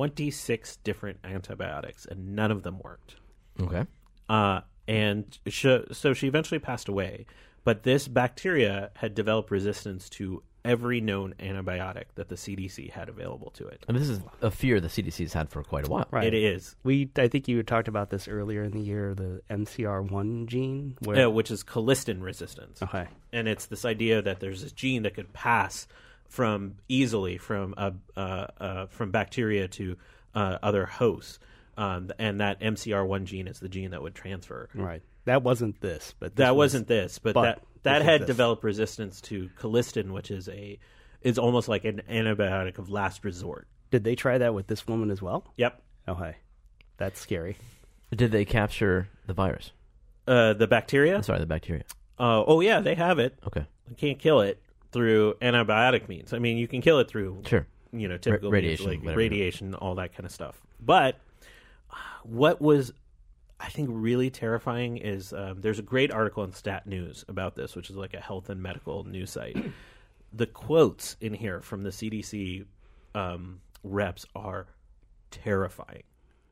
26 different antibiotics, and none of them worked.
Okay.
Uh, and sh so she eventually passed away. But this bacteria had developed resistance to every known antibiotic that the CDC had available to it.
And this is a fear the CDC's had for quite a while.
Right.
It is,
We, I think you had talked about this earlier in the year, the MCR1 gene. Where,
uh, which is colistin resistance.
Okay.
and it's this idea that there's this gene that could pass from easily from a, uh, uh, from bacteria to uh, other hosts, um, and that MCR1 gene is the gene that would transfer.
Right. That wasn't this, but this
that
was-
wasn't this, but,
but
that
this
that
is
had
this.
developed resistance to colistin, which is a is almost like an antibiotic of last resort.
Did they try that with this woman as well?
Yep,
Okay. That's scary.
Did they capture the virus?
uh, the bacteria.
Sorry, the bacteria.
Uh, oh yeah, they have it.
Okay.
You can't kill it through antibiotic means. I mean, you can kill it through
Sure.
you know typical
radiation,
means, like
whatever.
radiation, all that kind of stuff. But uh, what was I think really terrifying is um, there's a great article in Stat News about this, which is like a health and medical news site. the quotes in here from the CDC um, reps are terrifying.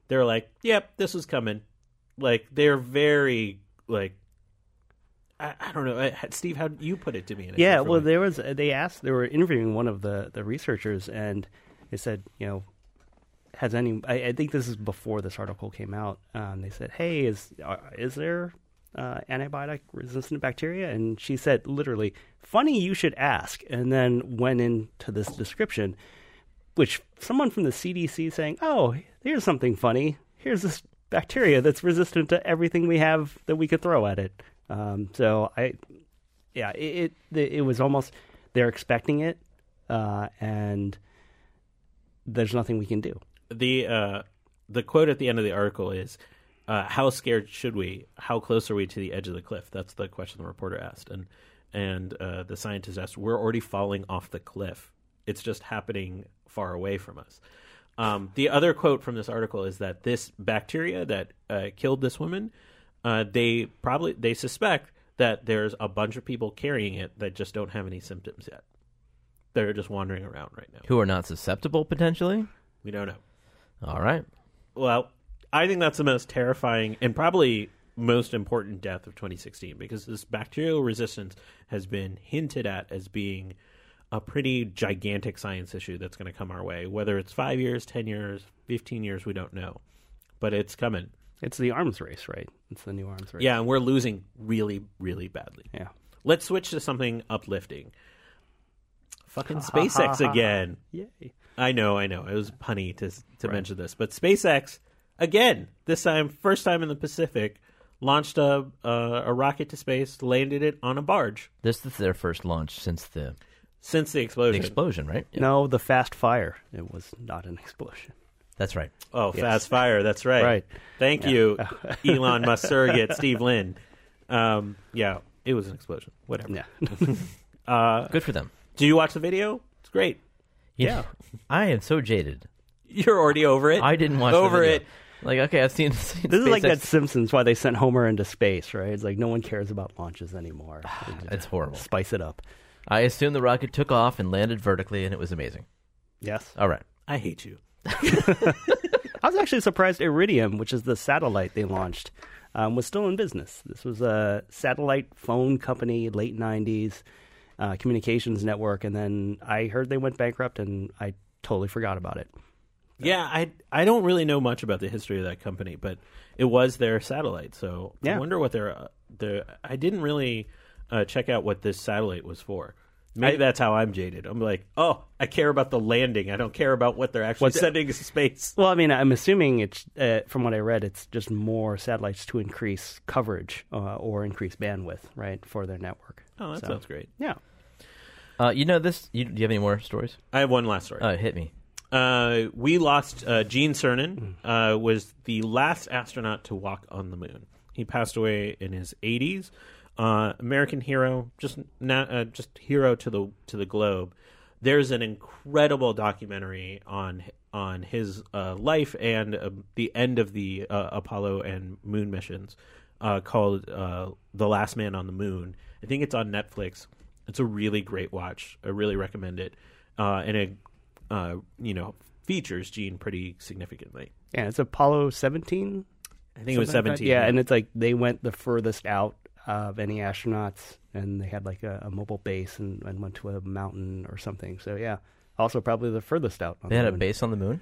They're like, "Yep, this was coming." Like they're very like. I, I don't know, I, Steve. How you put it to me? and it
Yeah,
came from
well,
me.
there was. They asked. They were interviewing one of the the researchers, and they said, you know, has any? I, I think this is before this article came out. Um, they said, hey, is are, is there uh, antibiotic resistant bacteria? And she said, literally, funny you should ask. And then went into this description, which someone from the CDC saying, oh, here's something funny. Here's this bacteria that's resistant to everything we have that we could throw at it. Um, so I, yeah, it, it it was almost they're expecting it, uh, and there's nothing we can do.
the uh, the quote at the end of the article is, uh, "How scared should we? How close are we to the edge of the cliff?" That's the question the reporter asked, and and uh, the scientist asked, "We're already falling off the cliff. It's just happening far away from us." Um, the other quote from this article is that this bacteria that uh, killed this woman, uh, they probably they suspect that there's a bunch of people carrying it that just don't have any symptoms yet. They're just wandering around right now.
Who are not susceptible potentially?
We don't know.
All right.
Well, I think that's the most terrifying and probably most important death of 2016 because this bacterial resistance has been hinted at as being a pretty gigantic science issue that's going to come our way. Whether it's five years, 10 years, 15 years, we don't know. But it's coming.
It's the arms race, right? It's the new arms race.
Yeah, and we're losing really, really badly.
yeah.
Let's switch to something uplifting. Fucking SpaceX again.
Yay!
I know, I know. It was punny to to mention this, but SpaceX again, this time, first time in the Pacific, launched a uh, a rocket to space, landed it on a barge.
This is their first launch since the,
Since the
the
explosion,
explosion, right?
No, the fast fire. It was not an explosion.
That's right.
oh, fast fire. That's right.
Right.
Thank you, Elon Musk surrogate Steve Lynn. Um, yeah, it was an explosion. Whatever.
Yeah.
Good for them.
Do you watch the video? It's great.
Yeah. I am so jaded.
You're already over it.
I didn't watch the
over
video.
it.
Like okay, I've seen. seen
this is like
SpaceX.
that Simpsons why they sent Homer into space, right? It's like no one cares about launches anymore. They just
It's horrible.
Spice it up.
I assume the rocket took off and landed vertically, and it was amazing.
Yes.
All right.
I hate you.
I was actually surprised Iridium, which is the satellite they launched, um, was still in business. This was a satellite phone company, late 90s, uh, communications network, and then I heard they went bankrupt and I totally forgot about it.
Yeah, I I don't really know much about the history of that company, but it was their satellite. So I
Yeah.
wonder what their uh, their I didn't really uh, check out what this satellite was for. Maybe that's how I'm jaded. I'm like, oh, I care about the landing. I don't care about what they're actually sending to space.
Well, I mean, I'm assuming it's uh, from what I read, it's just more satellites to increase coverage uh, or increase bandwidth, right, for their network.
Oh, that
So,
sounds great.
Yeah.
Uh, you know this. You, do you have any more stories?
I have one last story.
Uh, hit me.
Uh, we lost uh, Gene Cernan. Uh, was the last astronaut to walk on the moon. He passed away in his 80s. Uh, American hero, just na uh, just hero to the to the globe. There's an incredible documentary on on his uh, life and uh, the end of the uh, Apollo and moon missions uh, called uh, "The Last Man on the Moon." I think it's on Netflix. It's a really great watch. I really recommend it, uh, and it uh, you know features Gene pretty significantly.
Yeah, it's Apollo 17.
I think it was
Something like
17.
that. yeah, and it's like they went the furthest out of any astronauts, and they had like a, a mobile base and, and went to a mountain or something. So yeah, also probably the furthest out. On
They
the
had a
moon.
base on the moon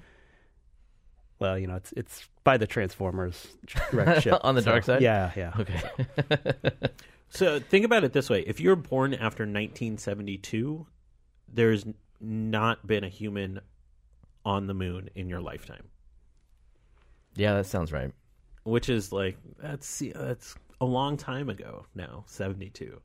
Well, you know, it's it's by the Transformers wrecked ship
on the
so-
dark side.
Yeah, yeah.
Okay.
so think about it this way: if you're born after 1972, there's n- not been a human on the moon in your lifetime,
yeah, that sounds right.
which is like that's that's a long time ago now, 72.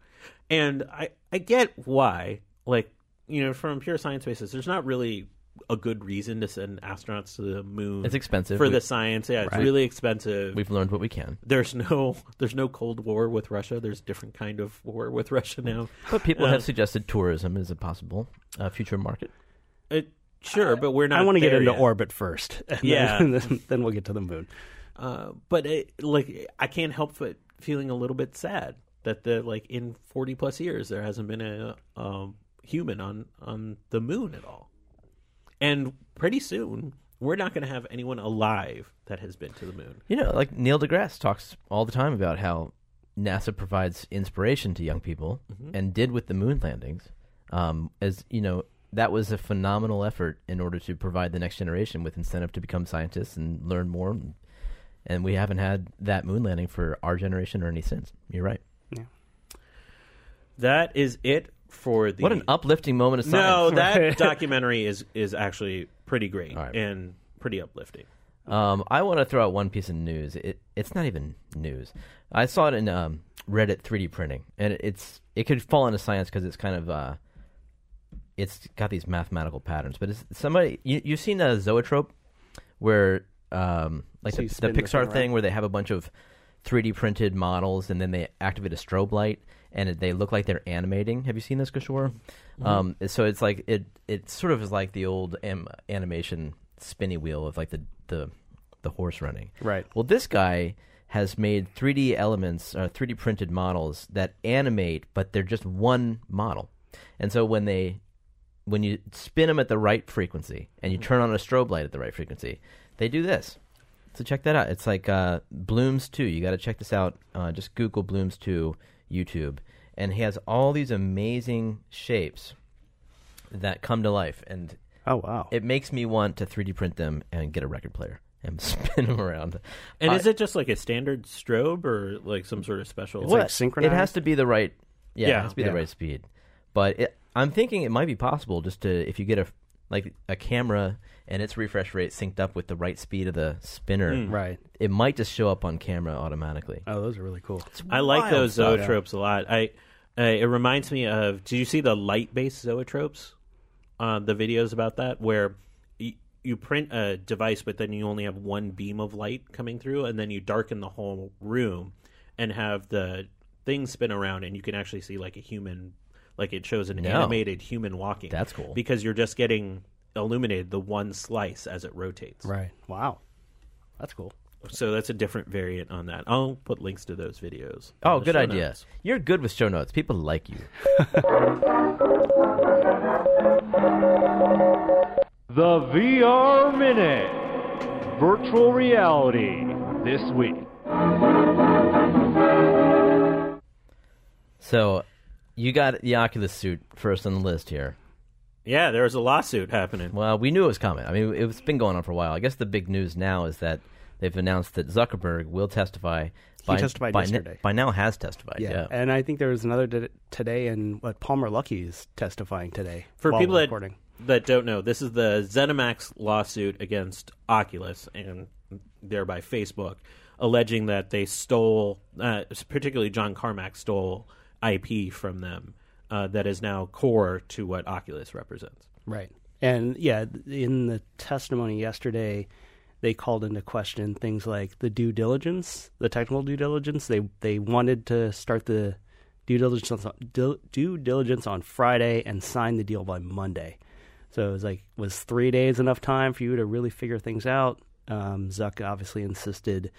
And I I get why, like you know, from pure science basis, there's not really a good reason to send astronauts to the moon.
It's expensive.
for
We-
the science. Yeah, it's really expensive.
We've learned what we can,
there's no there's no cold war with Russia. There's a different kind of war with Russia now.
but people
Uh,
have suggested tourism is a possible uh, future market.
It, sure, but we're not.
I want to get
there
into
yet.
orbit first. and
Yeah.
then, then, then we'll get to the moon.
Uh, but it, like, I can't help but feeling a little bit sad that the like in 40 plus years there hasn't been a um, human on on the moon at all, and pretty soon we're not going to have anyone alive that has been to the moon.
You know, like Neil deGrasse talks all the time about how NASA provides inspiration to young people and did with the moon landings. Um, as you know, that was a phenomenal effort in order to provide the next generation with incentive to become scientists and learn more. And, and we haven't had that moon landing for our generation or any since. You're right.
That is it for the
What an uplifting moment of science.
No, that documentary is is actually pretty great
All right.
and pretty uplifting.
Um, I want to throw out one piece of news. It, it's not even news. I saw it in um, Reddit 3D printing, and it, it's it could fall into science because it's kind of uh, it's got these mathematical patterns. But it's somebody you, you've seen the zoetrope where um, like
So
the,
you
the
spin the
Pixar
thing
thing where they have a bunch of 3D printed models, and then they activate a strobe light, and it, they look like they're animating. Have you seen this, Kishore?
Mm-hmm.
Um, so it's like it it sort of is like the old am, animation spinny wheel of like the the the horse running.
Right.
Well, this guy has made 3D elements, uh, 3D printed models that animate, but they're just one model. And so when they when you spin them at the right frequency and you turn on a strobe light at the right frequency, they do this. So check that out. It's like uh, Blooms 2. You got to check this out. Uh, just Google Blooms 2 YouTube. And he has all these amazing shapes that come to life. And
Oh wow.
it makes me want to 3D print them and get a record player and spin them around.
And
I-
is it just like a standard strobe or like some sort of special?
like
What?
synchronized?
It has to be the right. Yeah,
Yeah.
it has to be
Yeah.
the right speed. But it, I'm thinking it might be possible just to if you get a like a camera and its refresh rate synced up with the right speed of the spinner,
Hmm.
right.
it might just show up on camera automatically.
Oh, those are really cool.
I like
wild
those
stuff.
zoetropes a lot. I, I it reminds me of. Did you see the light based zoetropes? Uh, the videos about that where. y- You print a device, but then you only have one beam of light coming through, and then you darken the whole room, and have the thing spin around, and you can actually see like a human, like it shows an
No.
animated human walking.
That's cool.
because you're just getting illuminated the one slice as it rotates.
Right. Wow. That's cool.
So that's a different variant on that. I'll put links to those videos.
Oh,
in the
good
show
idea.
notes.
You're good with show notes. People like you.
The VR Minute. Virtual reality this week.
So, you got the Oculus suit first on the list here.
Yeah, there was a lawsuit happening.
Well, we knew it was coming. I mean, it's been going on for a while. I guess the big news now is that They've announced that Zuckerberg will testify.
He testified
by
yesterday.
by now has testified. Yeah.
And I think there was another d- today, and what Palmer Lucky is testifying today
For
while
people
we're
that,
recording.
that don't know, this is the ZeniMax lawsuit against Oculus and thereby Facebook, alleging that they stole, uh, particularly John Carmack stole IP from them uh, that is now core to what Oculus represents.
Right. And yeah, th- in the testimony yesterday, they called into question things like the due diligence, the technical due diligence. They they wanted to start the due diligence on, dil- due diligence on Friday and sign the deal by Monday. So it was like was three days enough time for you to really figure things out? Um, Zuck obviously insisted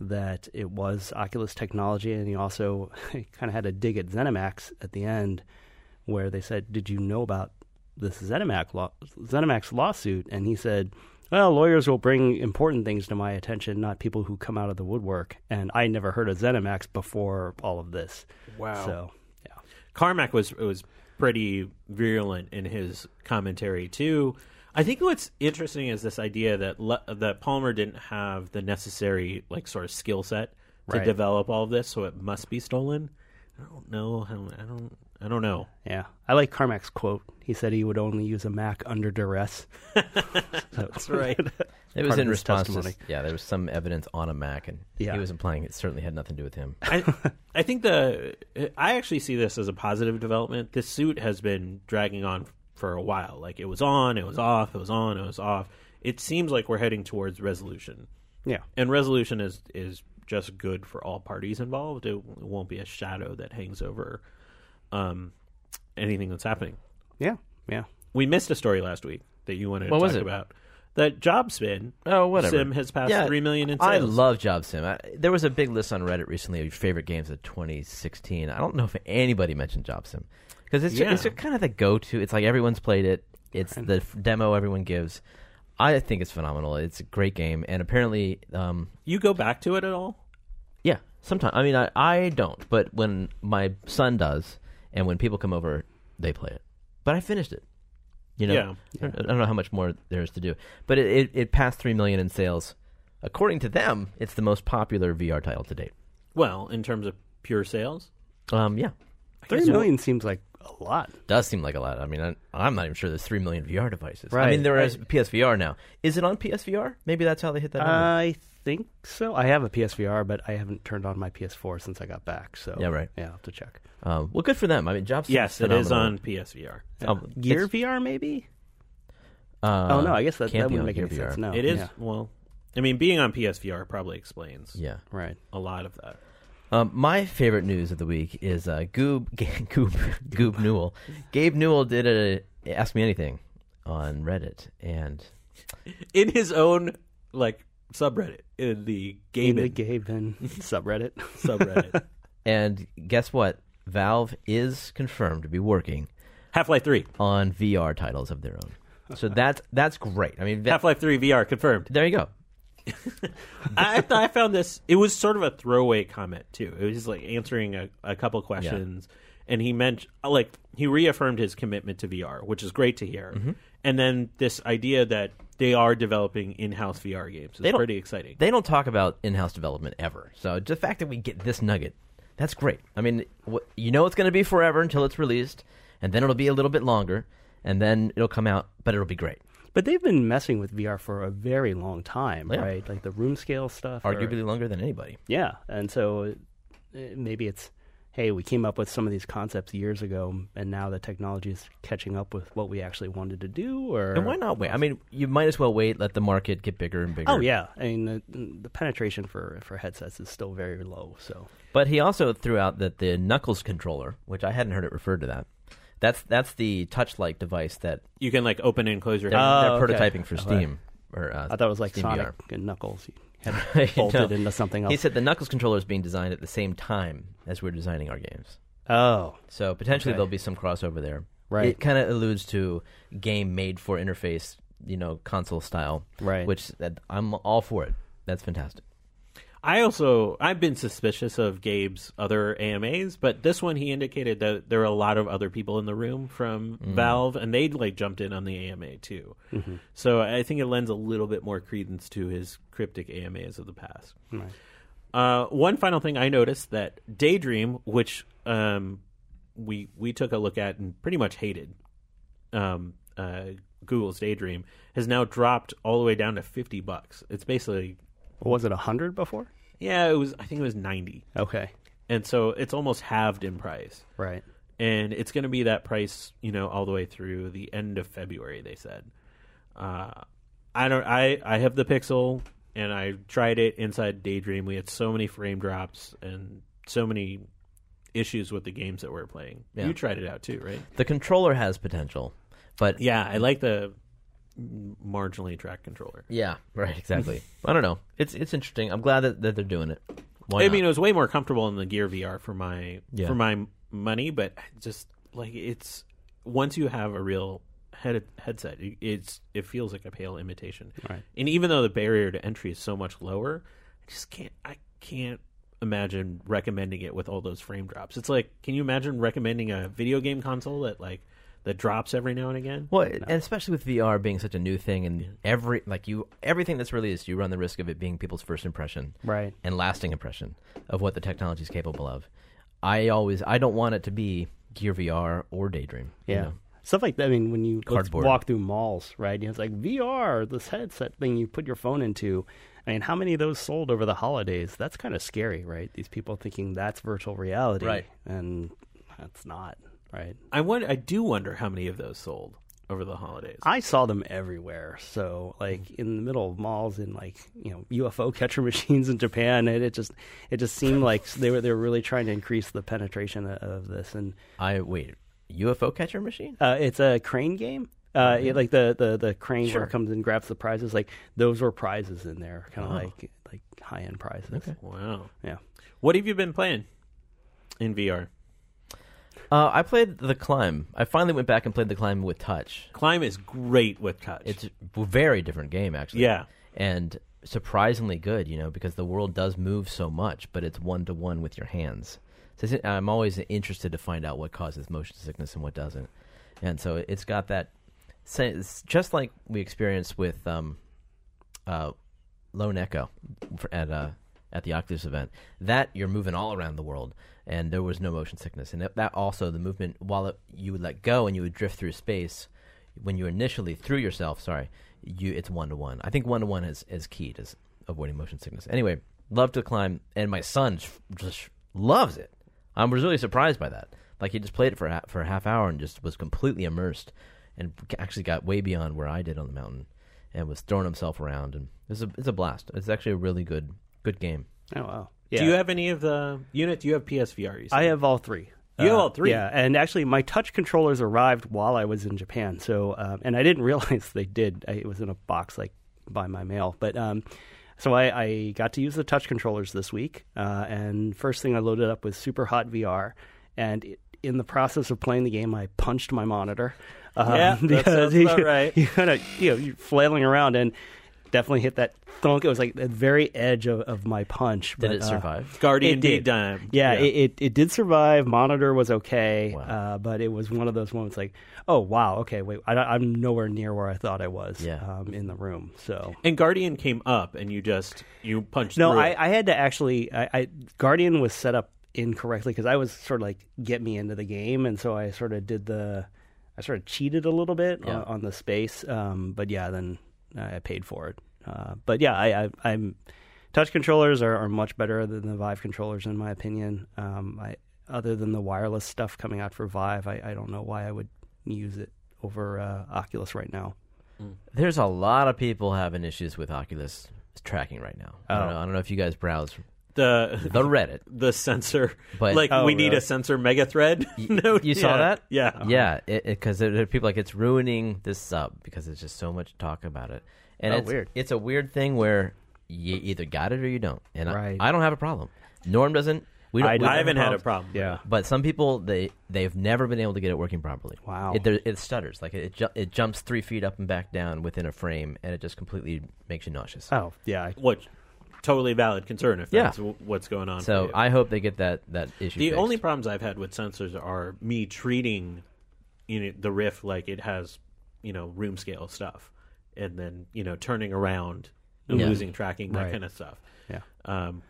that it was Oculus technology, and he also kind of had a dig at ZeniMax at the end, where they said, "Did you know about this ZeniMax, law- ZeniMax lawsuit?" And he said, "Well, lawyers will bring important things to my attention, not people who come out of the woodwork." And I never heard of ZeniMax before all of this. Wow. So yeah,
Carmack was was pretty virulent in his commentary too. I think what's interesting is this idea that Le- that Palmer didn't have the necessary like sort of skill set to
Right.
develop all of this, so it must be stolen. I don't know how. I don't. I don't know.
yeah. I like Carmack's quote. He said he would only use a Mac under duress.
That's right.
It was
part of
in
his
response
testimony.
to yeah, there was some evidence on a Mac, and
Yeah.
he was implying it certainly had nothing to do with him.
I, I think the I actually see this as a positive development. This suit has been dragging on for a while. Like it was on, it was off, it was on, it was off. It seems like we're heading towards resolution.
Yeah.
and resolution is is just good for all parties involved. It won't be a shadow that hangs over um, anything that's happening.
Yeah. Yeah.
We missed a story last week that you wanted
What
to
was
talk
it?
about. That job spin.
Oh, whatever.
Sim has passed
Yeah,
three million in sales.
I love Job Sim. I, there was a big list on Reddit recently of favorite games of 2016. I don't know if anybody mentioned Job Sim because it's ju-
Yeah.
it's just kind of the go to. It's like everyone's played it. It's the f- demo everyone gives. I think it's phenomenal. It's a great game, and apparently, um,
You go back to it at all?
yeah. Sometimes I mean I, I don't, but when my son does, and when people come over, they play it. But I finished it. You know,
Yeah.
I don't- I don't know how much more there is to do, but it, it, it passed three million in sales. According to them, it's the most popular VR title to date.
Well, in terms of pure sales,
Um, yeah,
Three million seems like a lot.
does seem like a lot. I mean, I, I'm not even sure there's three million VR devices. I
Right. Uh,
mean, there is PSVR now. Is it on PSVR? Maybe that's how they hit that. number.
I think so. I have a PSVR, but I haven't turned on my PS4 since I got back. So
Yeah, right.
Yeah, I'll have to check.
Um, well, good for them. I mean, Jobs.
yes, it is on PSVR.
Um,
Gear
it's-
VR maybe?
uh,
oh no, I guess that,
can't
that
be
wouldn't
on
make any
Gear
sense.
VR.
No,
It is
yeah.
well. I mean, being on PSVR probably explains
Yeah.
right.
a lot of that.
Um, my favorite news of the week is uh, Goob Goob Goob Newell. Gabe Newell did a Ask Me Anything on Reddit, and
In his own like subreddit, in the
In
game
the Gaben subreddit.
subreddit,
and guess what? Valve is confirmed to be working
Half Life Three,
on VR titles of their own. So that's that's great. I mean, that-
Half Life Three VR confirmed.
there you go.
I, I- I found this. It was sort of a throwaway comment too. It was just like answering a, a couple questions, and he meant like he reaffirmed his commitment to VR, which is great to hear. And then this idea that they are developing in-house VR games is
don't-
pretty exciting.
They don't talk about in-house development ever. So the fact that we get this nugget, that's great. I mean, wh- you know it's going to be forever until it's released, and then it'll be a little bit longer, and then it'll come out, but it'll be great.
But they've been messing with VR for a very long time,
Yeah.
right? Like the room scale stuff. or-
Arguably longer than anybody.
Yeah, and so uh, maybe it's hey, we came up with some of these concepts years ago, and now the technology is catching up with what we actually wanted to do. Or
And why not wait? I mean, you might as well wait. Let the market get bigger and bigger.
Oh yeah, I mean the, the penetration for for headsets is still very low. So
But he also threw out that the Knuckles controller, which I hadn't heard it referred to that. That's that's the touch-like device that
You can like open and close your.
they're,
hand.
they're
Oh, okay.
prototyping for Steam. Or, uh,
I thought it was like
Steam
Sonic
VR.
and Knuckles you had
Right,
bolted
no.
into something else.
He said the Knuckles controller is being designed at the same time as we're designing our games.
oh,
So potentially
Okay.
there'll be some crossover there.
Right.
It kind of alludes to game made for interface, you know, console style.
Right.
Which that, I'm all for it. That's fantastic.
I also I've been suspicious of Gabe's other AMAs, but this one he indicated that there were a lot of other people in the room from Valve, and they like jumped in on the AMA too. So I think it lends a little bit more credence to his cryptic AMAs of the past. Uh, one final thing I noticed that Daydream, which um, we we took a look at and pretty much hated, um, uh, Google's Daydream has now dropped all the way down to fifty bucks. It's basically
Was it 100 before?
yeah, it was I think it was ninety,
Okay.
and so it's almost halved in price,
Right.
and it's going to be that price you know all the way through the end of February. They said. Uh, I don't. I I have the Pixel, and I tried it inside Daydream. We had so many frame drops and so many issues with the games that we are playing.
Yeah.
You tried it out too, right?
The controller has potential, but
Yeah, I like the marginally tracked controller.
yeah, right, exactly. I don't know. It's it's interesting. I'm glad that, that they're doing it. Why
I
not?
mean, it was way more comfortable in the Gear VR for my
Yeah.
for my money, but I just like it's once you have a real head headset, it, it's it feels like a pale imitation.
Right.
And even though the barrier to entry is so much lower, I just can't I can't imagine recommending it with all those frame drops. It's like, can you imagine recommending a video game console that like that drops every now and again?
Well, and especially with VR being such a new thing, and every like you everything that's released, you run the risk of it being people's first impression,
Right.
and lasting impression of what the technology is capable of. I always I don't want it to be Gear VR or Daydream. you
Yeah.
know?
Stuff like that. I mean, when you let's
Cardboard.
walk through malls, right? You know, it's like VR, this headset thing you put your phone into. I mean, how many of those sold over the holidays? That's kind of scary, right? These people thinking that's virtual reality,
Right.
And that's not, right?
I wonder, I do wonder how many of those sold over the holidays.
I saw them everywhere. So, like in the middle of malls, in like you know UFO catcher machines in Japan, and it just it just seemed like they were they were really trying to increase the penetration of- of this. And
I wait UFO catcher machine.
Uh, it's a crane game. Uh,
Mm-hmm.
it- like the, the, the crane
Sure.
where it comes and grabs the prizes. Like those were prizes in there, kind of like like high end prizes.
wow.
Yeah.
What have you been playing in VR?
Uh, I played the climb. I finally went back and played the climb with touch.
Climb is great with touch.
It's a very different game actually.
yeah.
and surprisingly good, you know, because the world does move so much, but it's one to one with your hands. So it's- I'm always interested to find out what causes motion sickness and what doesn't, and so it's got that. sense- Just like we experienced with um, uh, Lone Echo for- at uh, at the Octaves event, that you're moving all around the world, and there was no motion sickness, and that, that also the movement while it, you would let go and you would drift through space, when you initially threw yourself, sorry, you it's one to one. I think one to one is is key to s- avoiding motion sickness. Anyway, love to climb, and my son sh- just loves it. I was really surprised by that. Like he just played it for a, for a half hour and just was completely immersed, and g- actually got way beyond where I did on the mountain, and was throwing himself around. And it's a it's a blast. It's actually a really good good game.
Oh wow. Yeah.
Do you have any of the unit? Do you have PSVR? You said?
I have all three.
You have all three?
Yeah, and actually, my touch controllers arrived while I was in Japan. So, um, and I didn't realize they did. I, it was in a box like by my mail. But um, so I, I got to use the touch controllers this week. Uh, and first thing I loaded up was Super Hot VR, and. It, in the process of playing the game, I punched my monitor. Um,
Yeah, that sounds about right.
you kind of you know you're flailing around and definitely hit that thunk. It was like the very edge of, of my punch.
Did
but,
it
uh,
survive?
Guardian
it
D
did.
Dime.
yeah, It, it it did survive. Monitor was okay,
Wow.
uh, but it was one of those moments like, oh wow, okay, wait, I, I'm nowhere near where I thought I was
Yeah.
um, in the room. So
and Guardian came up, and you just you punched.
no,
through
I,
it.
I had to actually. I, I Guardian was set up incorrectly because I was sort of like get me into the game, and so I sort of did the, I sort of cheated a little bit
Yeah.
on, on the space. Um, but yeah, then I paid for it. Uh, but yeah, I, I, I'm touch controllers are, are much better than the Vive controllers in my opinion. Um, I other than the wireless stuff coming out for Vive, I, I don't know why I would use it over uh, Oculus right now.
There's a lot of people having issues with Oculus tracking right now. I, don't know, I don't know if you guys browse
the
the Reddit.
the sensor.
But-
like
Oh,
we need
really?
a sensor mega thread. no,
you saw
yeah.
that?
Uh-huh.
Yeah.
Yeah, because there, there are people like it's ruining this sub because there's just so much talk about it, and
Oh,
it's
weird.
It's a weird thing where you either got it or you don't, and I-
Right.
I, don't have a problem. Norm doesn't. We don't.
I
we
don't.
don't
I haven't had a
problems.
problem.
Yeah.
But some people they they've never been able to get it working properly.
Wow.
It, there, it stutters like it ju- it jumps three feet up and back down within a frame, and it just completely makes you nauseous.
Oh yeah, I-
What? totally valid concern if
Yeah.
that's w- what's going on. for
So
you.
I hope they get that that issue.
the
fixed.
only problems I've had with sensors are me treating you know the riff like it has you know room scale stuff, and then you know turning around, and
Yeah.
losing tracking, that
Right.
kind of stuff.
Yeah.
Um,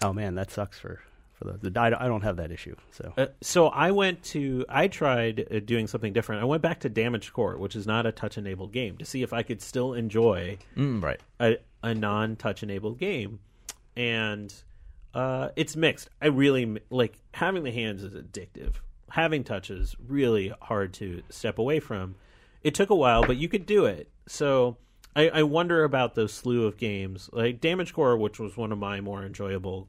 Oh man, that sucks for for those. The, I don't- I don't have that issue. So
uh, so I went to I tried uh, doing something different. I went back to Damage Core, which is not a touch enabled game, to see if I could still enjoy
Mm, right.
a, a non touch enabled game, and uh, it's mixed. I really m- like having the hands is addictive. Having touch is really hard to step away from. It took a while, but you could do it. So I, I wonder about those slew of games like Damage Core, which was one of my more enjoyable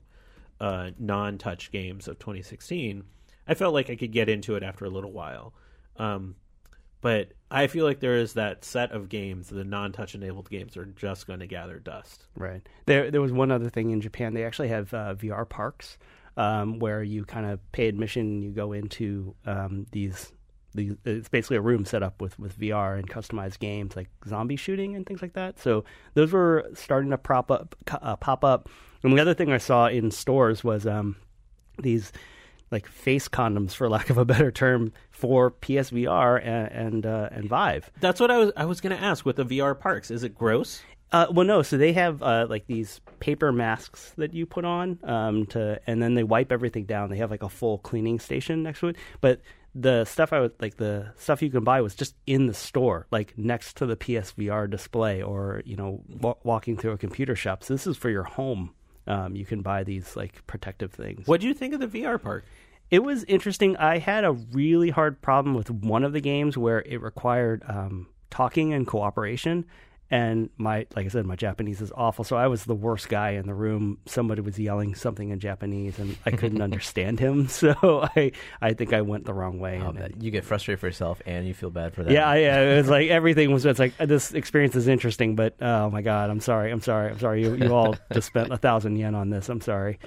uh, non touch games of 2016. I felt like I could get into it after a little while. Um, but I feel like there is that set of games, the non-touch enabled games, are just going to gather dust.
Right. There, there was one other thing in Japan. They actually have uh, VR parks um, where you kind of pay admission. and You go into um, these. The, it's basically a room set up with, with VR and customized games like zombie shooting and things like that. So those were starting to prop up, co- uh, pop up. And the other thing I saw in stores was um, these like face condoms, for lack of a better term, for PSVR and and, uh, and Vive.
That's what I was. I was going to ask with the VR parks. Is it gross?
Uh, well, no. So they have uh, like these paper masks that you put on um, to, and then they wipe everything down. They have like a full cleaning station next to it. But the stuff I was like the stuff you can buy was just in the store, like next to the PSVR display, or you know, wa- walking through a computer shop. So this is for your home. Um, you can buy these like protective things.
What do you think of the VR park?
It was interesting. I had a really hard problem with one of the games where it required um, talking and cooperation. And my, like I said, my Japanese is awful. So I was the worst guy in the room. Somebody was yelling something in Japanese, and I couldn't understand him. So I, I think I went the wrong way.
Oh,
and-
man, you get frustrated for yourself and you feel bad for them.
yeah, I, yeah, it was like everything was. It's like uh, this experience is interesting, but oh my god, I'm sorry, I'm sorry, I'm sorry. You, you all just spent a thousand yen on this. I'm sorry.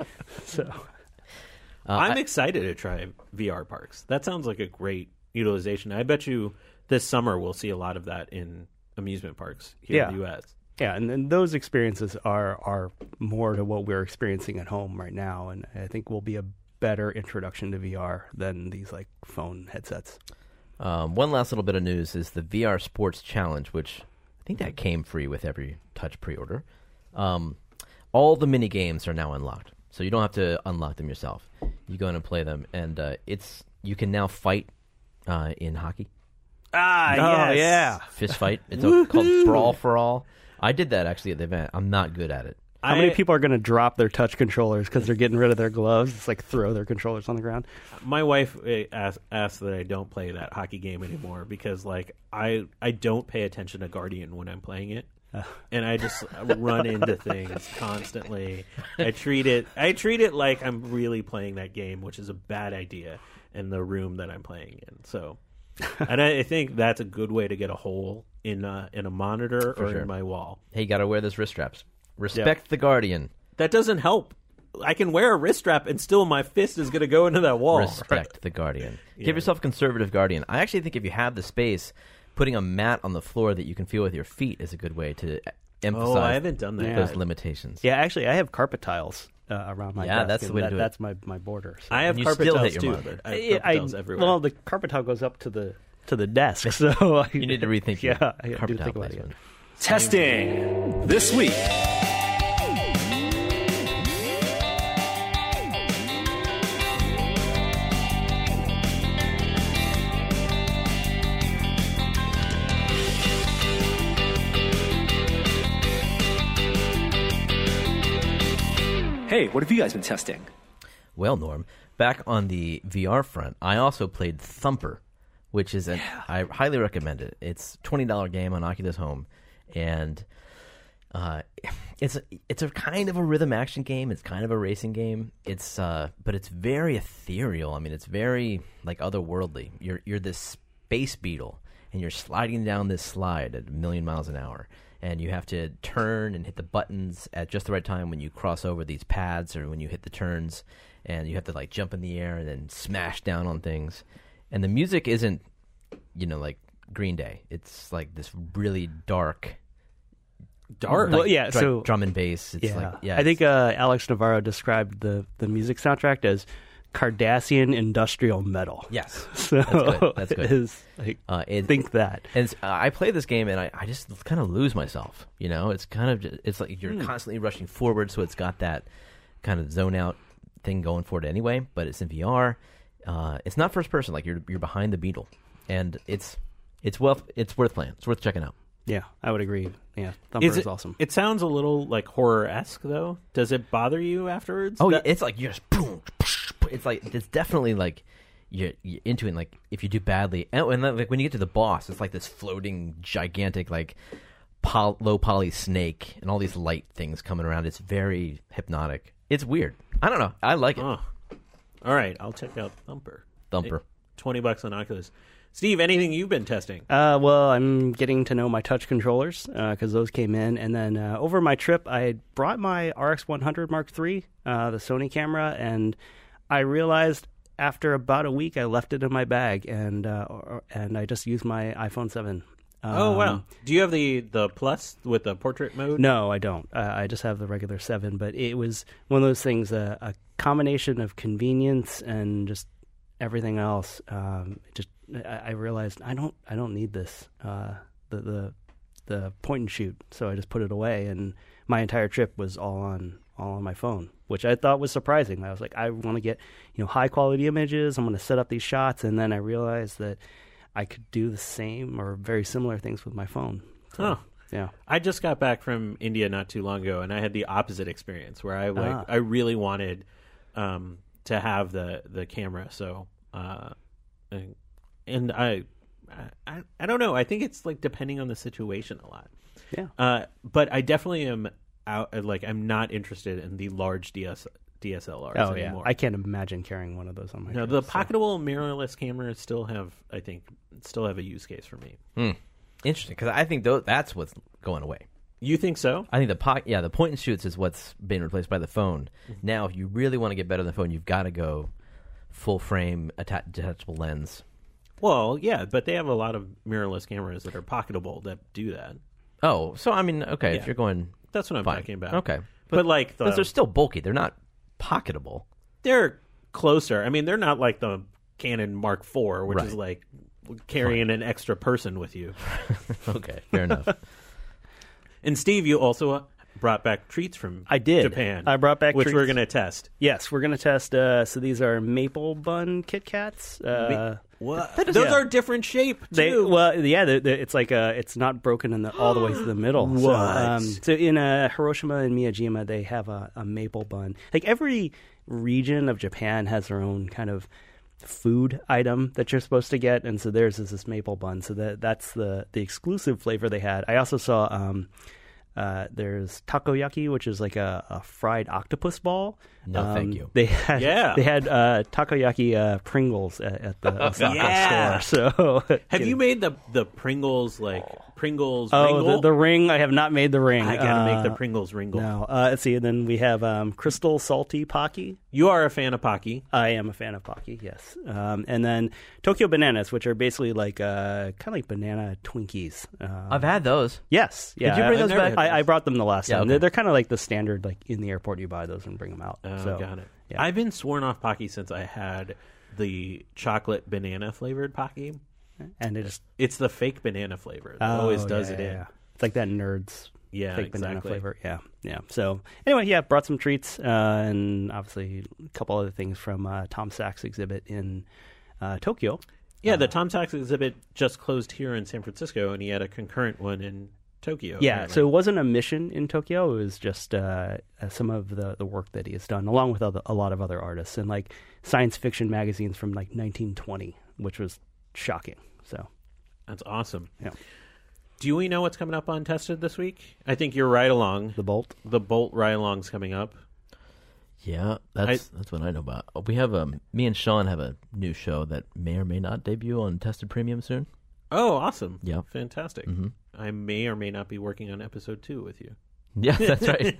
So
Uh,
I'm
I-
excited to try VR parks. That sounds like a great utilization. I bet you this summer we'll see a lot of that in amusement parks here in
Yeah.
the U.S.
Yeah, and, and those experiences are are more to what we're experiencing at home right now, and I think will be a better introduction to VR than these like phone headsets.
um, one last little bit of news is the VR Sports Challenge, which I think that came free with every Touch pre-order. Um, all the mini games are now unlocked, so you don't have to unlock them yourself. You go in and play them, and uh, it's you can now fight uh, in hockey.
Ah,
yes. yeah.
fist fight. It's a, called Brawl for All. I did that actually at the event. I'm not good at it.
How many
I-
people are going to drop their touch controllers because they're getting rid of their gloves? It's like throw their controllers on the ground.
My wife eh, asked, asked that I don't play that hockey game anymore because, like, I I don't pay attention to Guardian when I'm playing it, and I just run into things constantly. I treat it I treat it like I'm really playing that game, which is a bad idea in the room that I'm playing in. So, and I, I think that's a good way to get a hole in a, in a monitor or
sure.
in my wall.
Hey, you got to wear those wrist straps. Respect the guardian.
That doesn't help. I can wear a wrist strap and still my fist is going to go into that
Oh,
wall.
Respect the guardian. Give yourself a conservative guardian. I actually think if you have the space, putting a mat on the floor that you can feel with your feet is a good way to emphasize
Oh, I haven't done that.
those limitations.
Yeah, actually, I have carpet tiles uh, around my
Yeah,
desk,
that's the
and
way to
that-
do it.
That's my my border. so.
I have
And you
carpet
still
tiles
hit your
too.
monitor.
I have
Yeah,
carpet tiles everywhere.
Well, the carpet tile goes up to the to the desk, so I,
You need to rethink your
Yeah, I
carpet
do
tile
think about it.
placement.
Testing this week. Hey, what have you guys been testing?
Well, Norm, back on the VR front, I also played Thumper, which is an I highly recommend it. It's twenty dollar game on Oculus Home, and uh, it's a, it's a kind of a rhythm action game. It's kind of a racing game. It's uh, but it's very ethereal. I mean, it's very like otherworldly. You're you're this space beetle, and you're sliding down this slide at a million miles an hour, and you have to turn and hit the buttons at just the right time when you cross over these pads or when you hit the turns, and you have to like jump in the air and then smash down on things. And the music isn't, you know, like Green Day. It's like this really dark
dark.
Well, yeah,
drum,
so-
drum and bass. It's like yeah.
I think
it's-
uh, Alex Navarro described the the music soundtrack as Cardassian industrial metal.
yes.
So
That's good. That's good.
it is, like,
Uh, it,
think that.
And it's- uh, I play this game and I, I just kind of lose myself. You know, it's kind of just, it's like you're
Hmm.
constantly rushing forward, so it's got that kind of zone out thing going for it anyway. But it's in VR. Uh, it's not first person. Like you're you're behind the beetle, and it's it's well it's worth playing. It's worth checking out.
Yeah, I would agree. Yeah, Thumper is,
it,
awesome.
It sounds a little like horror esque though. Does it bother you afterwards?
Oh,
That-
yeah, it's like you're just boom. psh, psh. It's like it's definitely like you're, you're into it. Like if you do badly, and, and then, like when you get to the boss, it's like this floating gigantic like pol- low poly snake and all these light things coming around. It's very hypnotic. It's weird. I don't know. I like it.
Huh. Oh. All right, I'll check out Thumper.
Thumper.
Twenty bucks on Oculus. Steve, anything you've been testing?
Uh, well, I'm getting to know my touch controllers because those came in, and then uh, over my trip, I had brought my RX100 Mark III, uh, the Sony camera, and I realized after about a week I left it in my bag, and uh, or- and I just used my iPhone 7.
oh
Um,
wow. Do you have the the plus with the portrait mode?
No, I don't. Uh, I just have the regular seven. But it was one of those things, uh, a combination of convenience and just everything else. Um, it just I, I realized I don't I don't need this uh, the the the point and shoot. So I just put it away, and my entire trip was all on all on my phone, which I thought was surprising. I was like, I want to get you know high quality images. I'm going to set up these shots, and then I realized that. I could do the same or very similar things with my phone.
Huh.
Yeah.
I just got back from India not too long ago, and I had the opposite experience where I like
Ah.
I really wanted um, to have the the camera. So, uh, and, and I, I I don't know. I think it's like depending on the situation a lot.
Yeah.
Uh, but I definitely am out. Like I'm not interested in the large DS DSLRs
Oh yeah,
anymore.
I can't imagine carrying one of those on my.
no,
trip,
the
so-
pocketable mirrorless cameras still have, I think, still have a use case for me.
Hmm. Interesting because I think tho- that's what's going away.
You think so?
I think the po- yeah the point and shoots is what's being replaced by the phone. Now, if you really want to get better than the phone, you've got to go full frame atta- detachable lens.
Well, yeah, but they have a lot of mirrorless cameras that are pocketable that do that.
Oh, so I mean, okay, if
Yeah.
you're going,
That's what I'm
Fine.
talking about.
Okay.
But, like um, the,
those are still bulky. They're not pocketable.
they're closer. I mean, they're not like the Canon Mark IV, which
Right.
is like carrying an extra person with you.
Okay, fair enough.
And Steve, you also uh, brought back treats from
I did.
Japan.
I brought back
which we're
treats.
going to test.
Yes, we're gonna test. Uh, so these are maple bun Kit Kats. Uh,
What? Those
yeah.
are different shape too.
they well, yeah, they they- it's like uh it's not broken in the, all the way to the middle. So, um, so in uh, Hiroshima and Miyajima, they have a, a maple bun. Like every region of Japan has their own kind of food item that you're supposed to get, and so theirs is this maple bun. So that that's the the exclusive flavor they had. I also saw. Um, uh, there's takoyaki, which is like a, a fried octopus ball. Um,
No, thank you.
They had
Yeah.
they had uh, takoyaki uh, Pringles at, at the Osaka
Yeah.
store. So
have you made the the Pringles like Pringles?
Oh,
Ringle?
the, the ring! I have not made the ring.
I gotta
Uh,
make the Pringles ringle.
No, uh, let's see. And then we have um, crystal salty pocky.
You are a fan of Pocky.
I am a fan of pocky. Yes, um, and then Tokyo bananas, which are basically like uh, kind of like banana Twinkies. Um,
I've had those.
yes, yeah.
you bring
I-
those back?
I, I brought them the last
Yeah,
time.
okay.
They're, kind of like the standard, like in the airport, you buy those and bring them out.
Oh,
so,
got it.
yeah.
I've been sworn off Pocky since I had the chocolate banana flavored Pocky.
and it just
It's the fake banana flavor that always
Oh,
does
yeah,
it
yeah,
in.
yeah. It's like that nerds.
Yeah,
fake banana
exactly.
flavor. Yeah, yeah. So anyway, yeah, brought some treats uh, and obviously a couple other things from uh, Tom Sachs exhibit in uh, Tokyo.
Yeah,
Uh-huh.
the Tom Sachs exhibit just closed here in San Francisco, and he had a concurrent one in Tokyo.
Yeah,
apparently.
so it wasn't a mission in Tokyo. It was just uh, uh, some of the, the work that he has done, along with other, a lot of other artists and like science fiction magazines from like 1920, which was shocking. So
that's awesome.
Yeah.
Do we know what's coming up on Tested this week? I think you're right along.
the bolt.
The Bolt ride along's coming up.
Yeah, that's that's what I know about. We have um, me and Sean have a new show that may or may not debut on Tested Premium soon.
Oh, awesome.
Yeah. Mm-hmm.
Fantastic.
Mm-hmm.
I may or may not be working on episode two with you.
Yeah, that's right.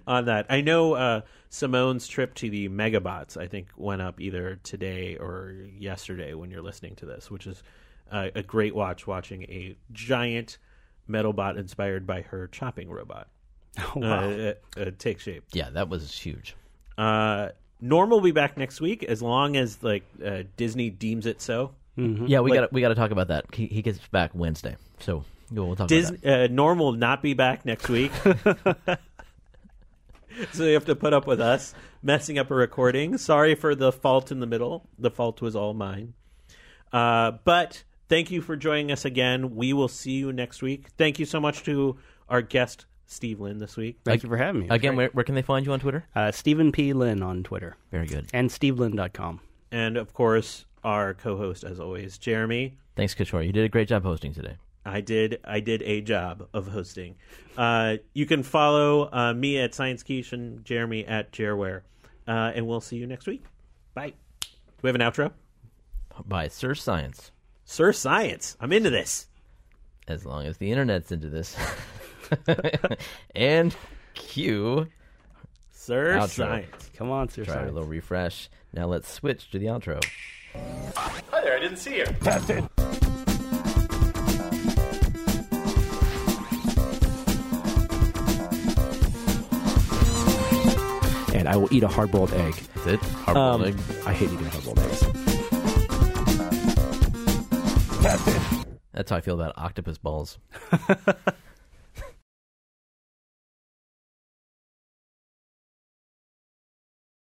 on that. I know uh, Simone's trip to the Megabots, I think, went up either today or yesterday when you're listening to this, which is uh, a great watch watching a giant Metalbot inspired by her chopping robot.
Oh,
Uh,
wow.
uh, uh, take shape.
Yeah, that was huge.
Uh, Norm will be back next week as long as like uh, Disney deems it so.
Yeah, we got we got to talk about that. He, he gets back Wednesday, so we'll we'll talk
Dis-
about that.
uh, Norm will not be back next week. so you have to put up with us messing up a recording. Sorry for the fault in the middle. The fault was all mine. Uh, but thank you for joining us again. We will see you next week. Thank you so much to our guest, Steve Lynn, this week.
Thank you for having me.
Again, where, where can they find you on Twitter?
uh, Stephen P. Lynn on Twitter
Very good.
and stevelynn.com.
And of course, our co host, as always, Jeremy.
Thanks, Kishore. You did a great job hosting today.
I did. I did a job of hosting. Uh, you can follow uh, me at Science Quiche and Jeremy at Jerware, uh, and we'll see you next week. Bye. Do we have an outro?
By Sir Science.
Sir Science, I'm into this.
As long as the internet's into this. and cue.
Sir
Outro.
Science.
Come on, sir.
Try a
Science.
little refresh. Now let's switch to the outro.
Hi there, I didn't see you.
and I will eat a hard boiled egg.
Is it?
Um,
Hard-boiled egg?
I hate eating hard boiled eggs.
That's how I feel about octopus balls.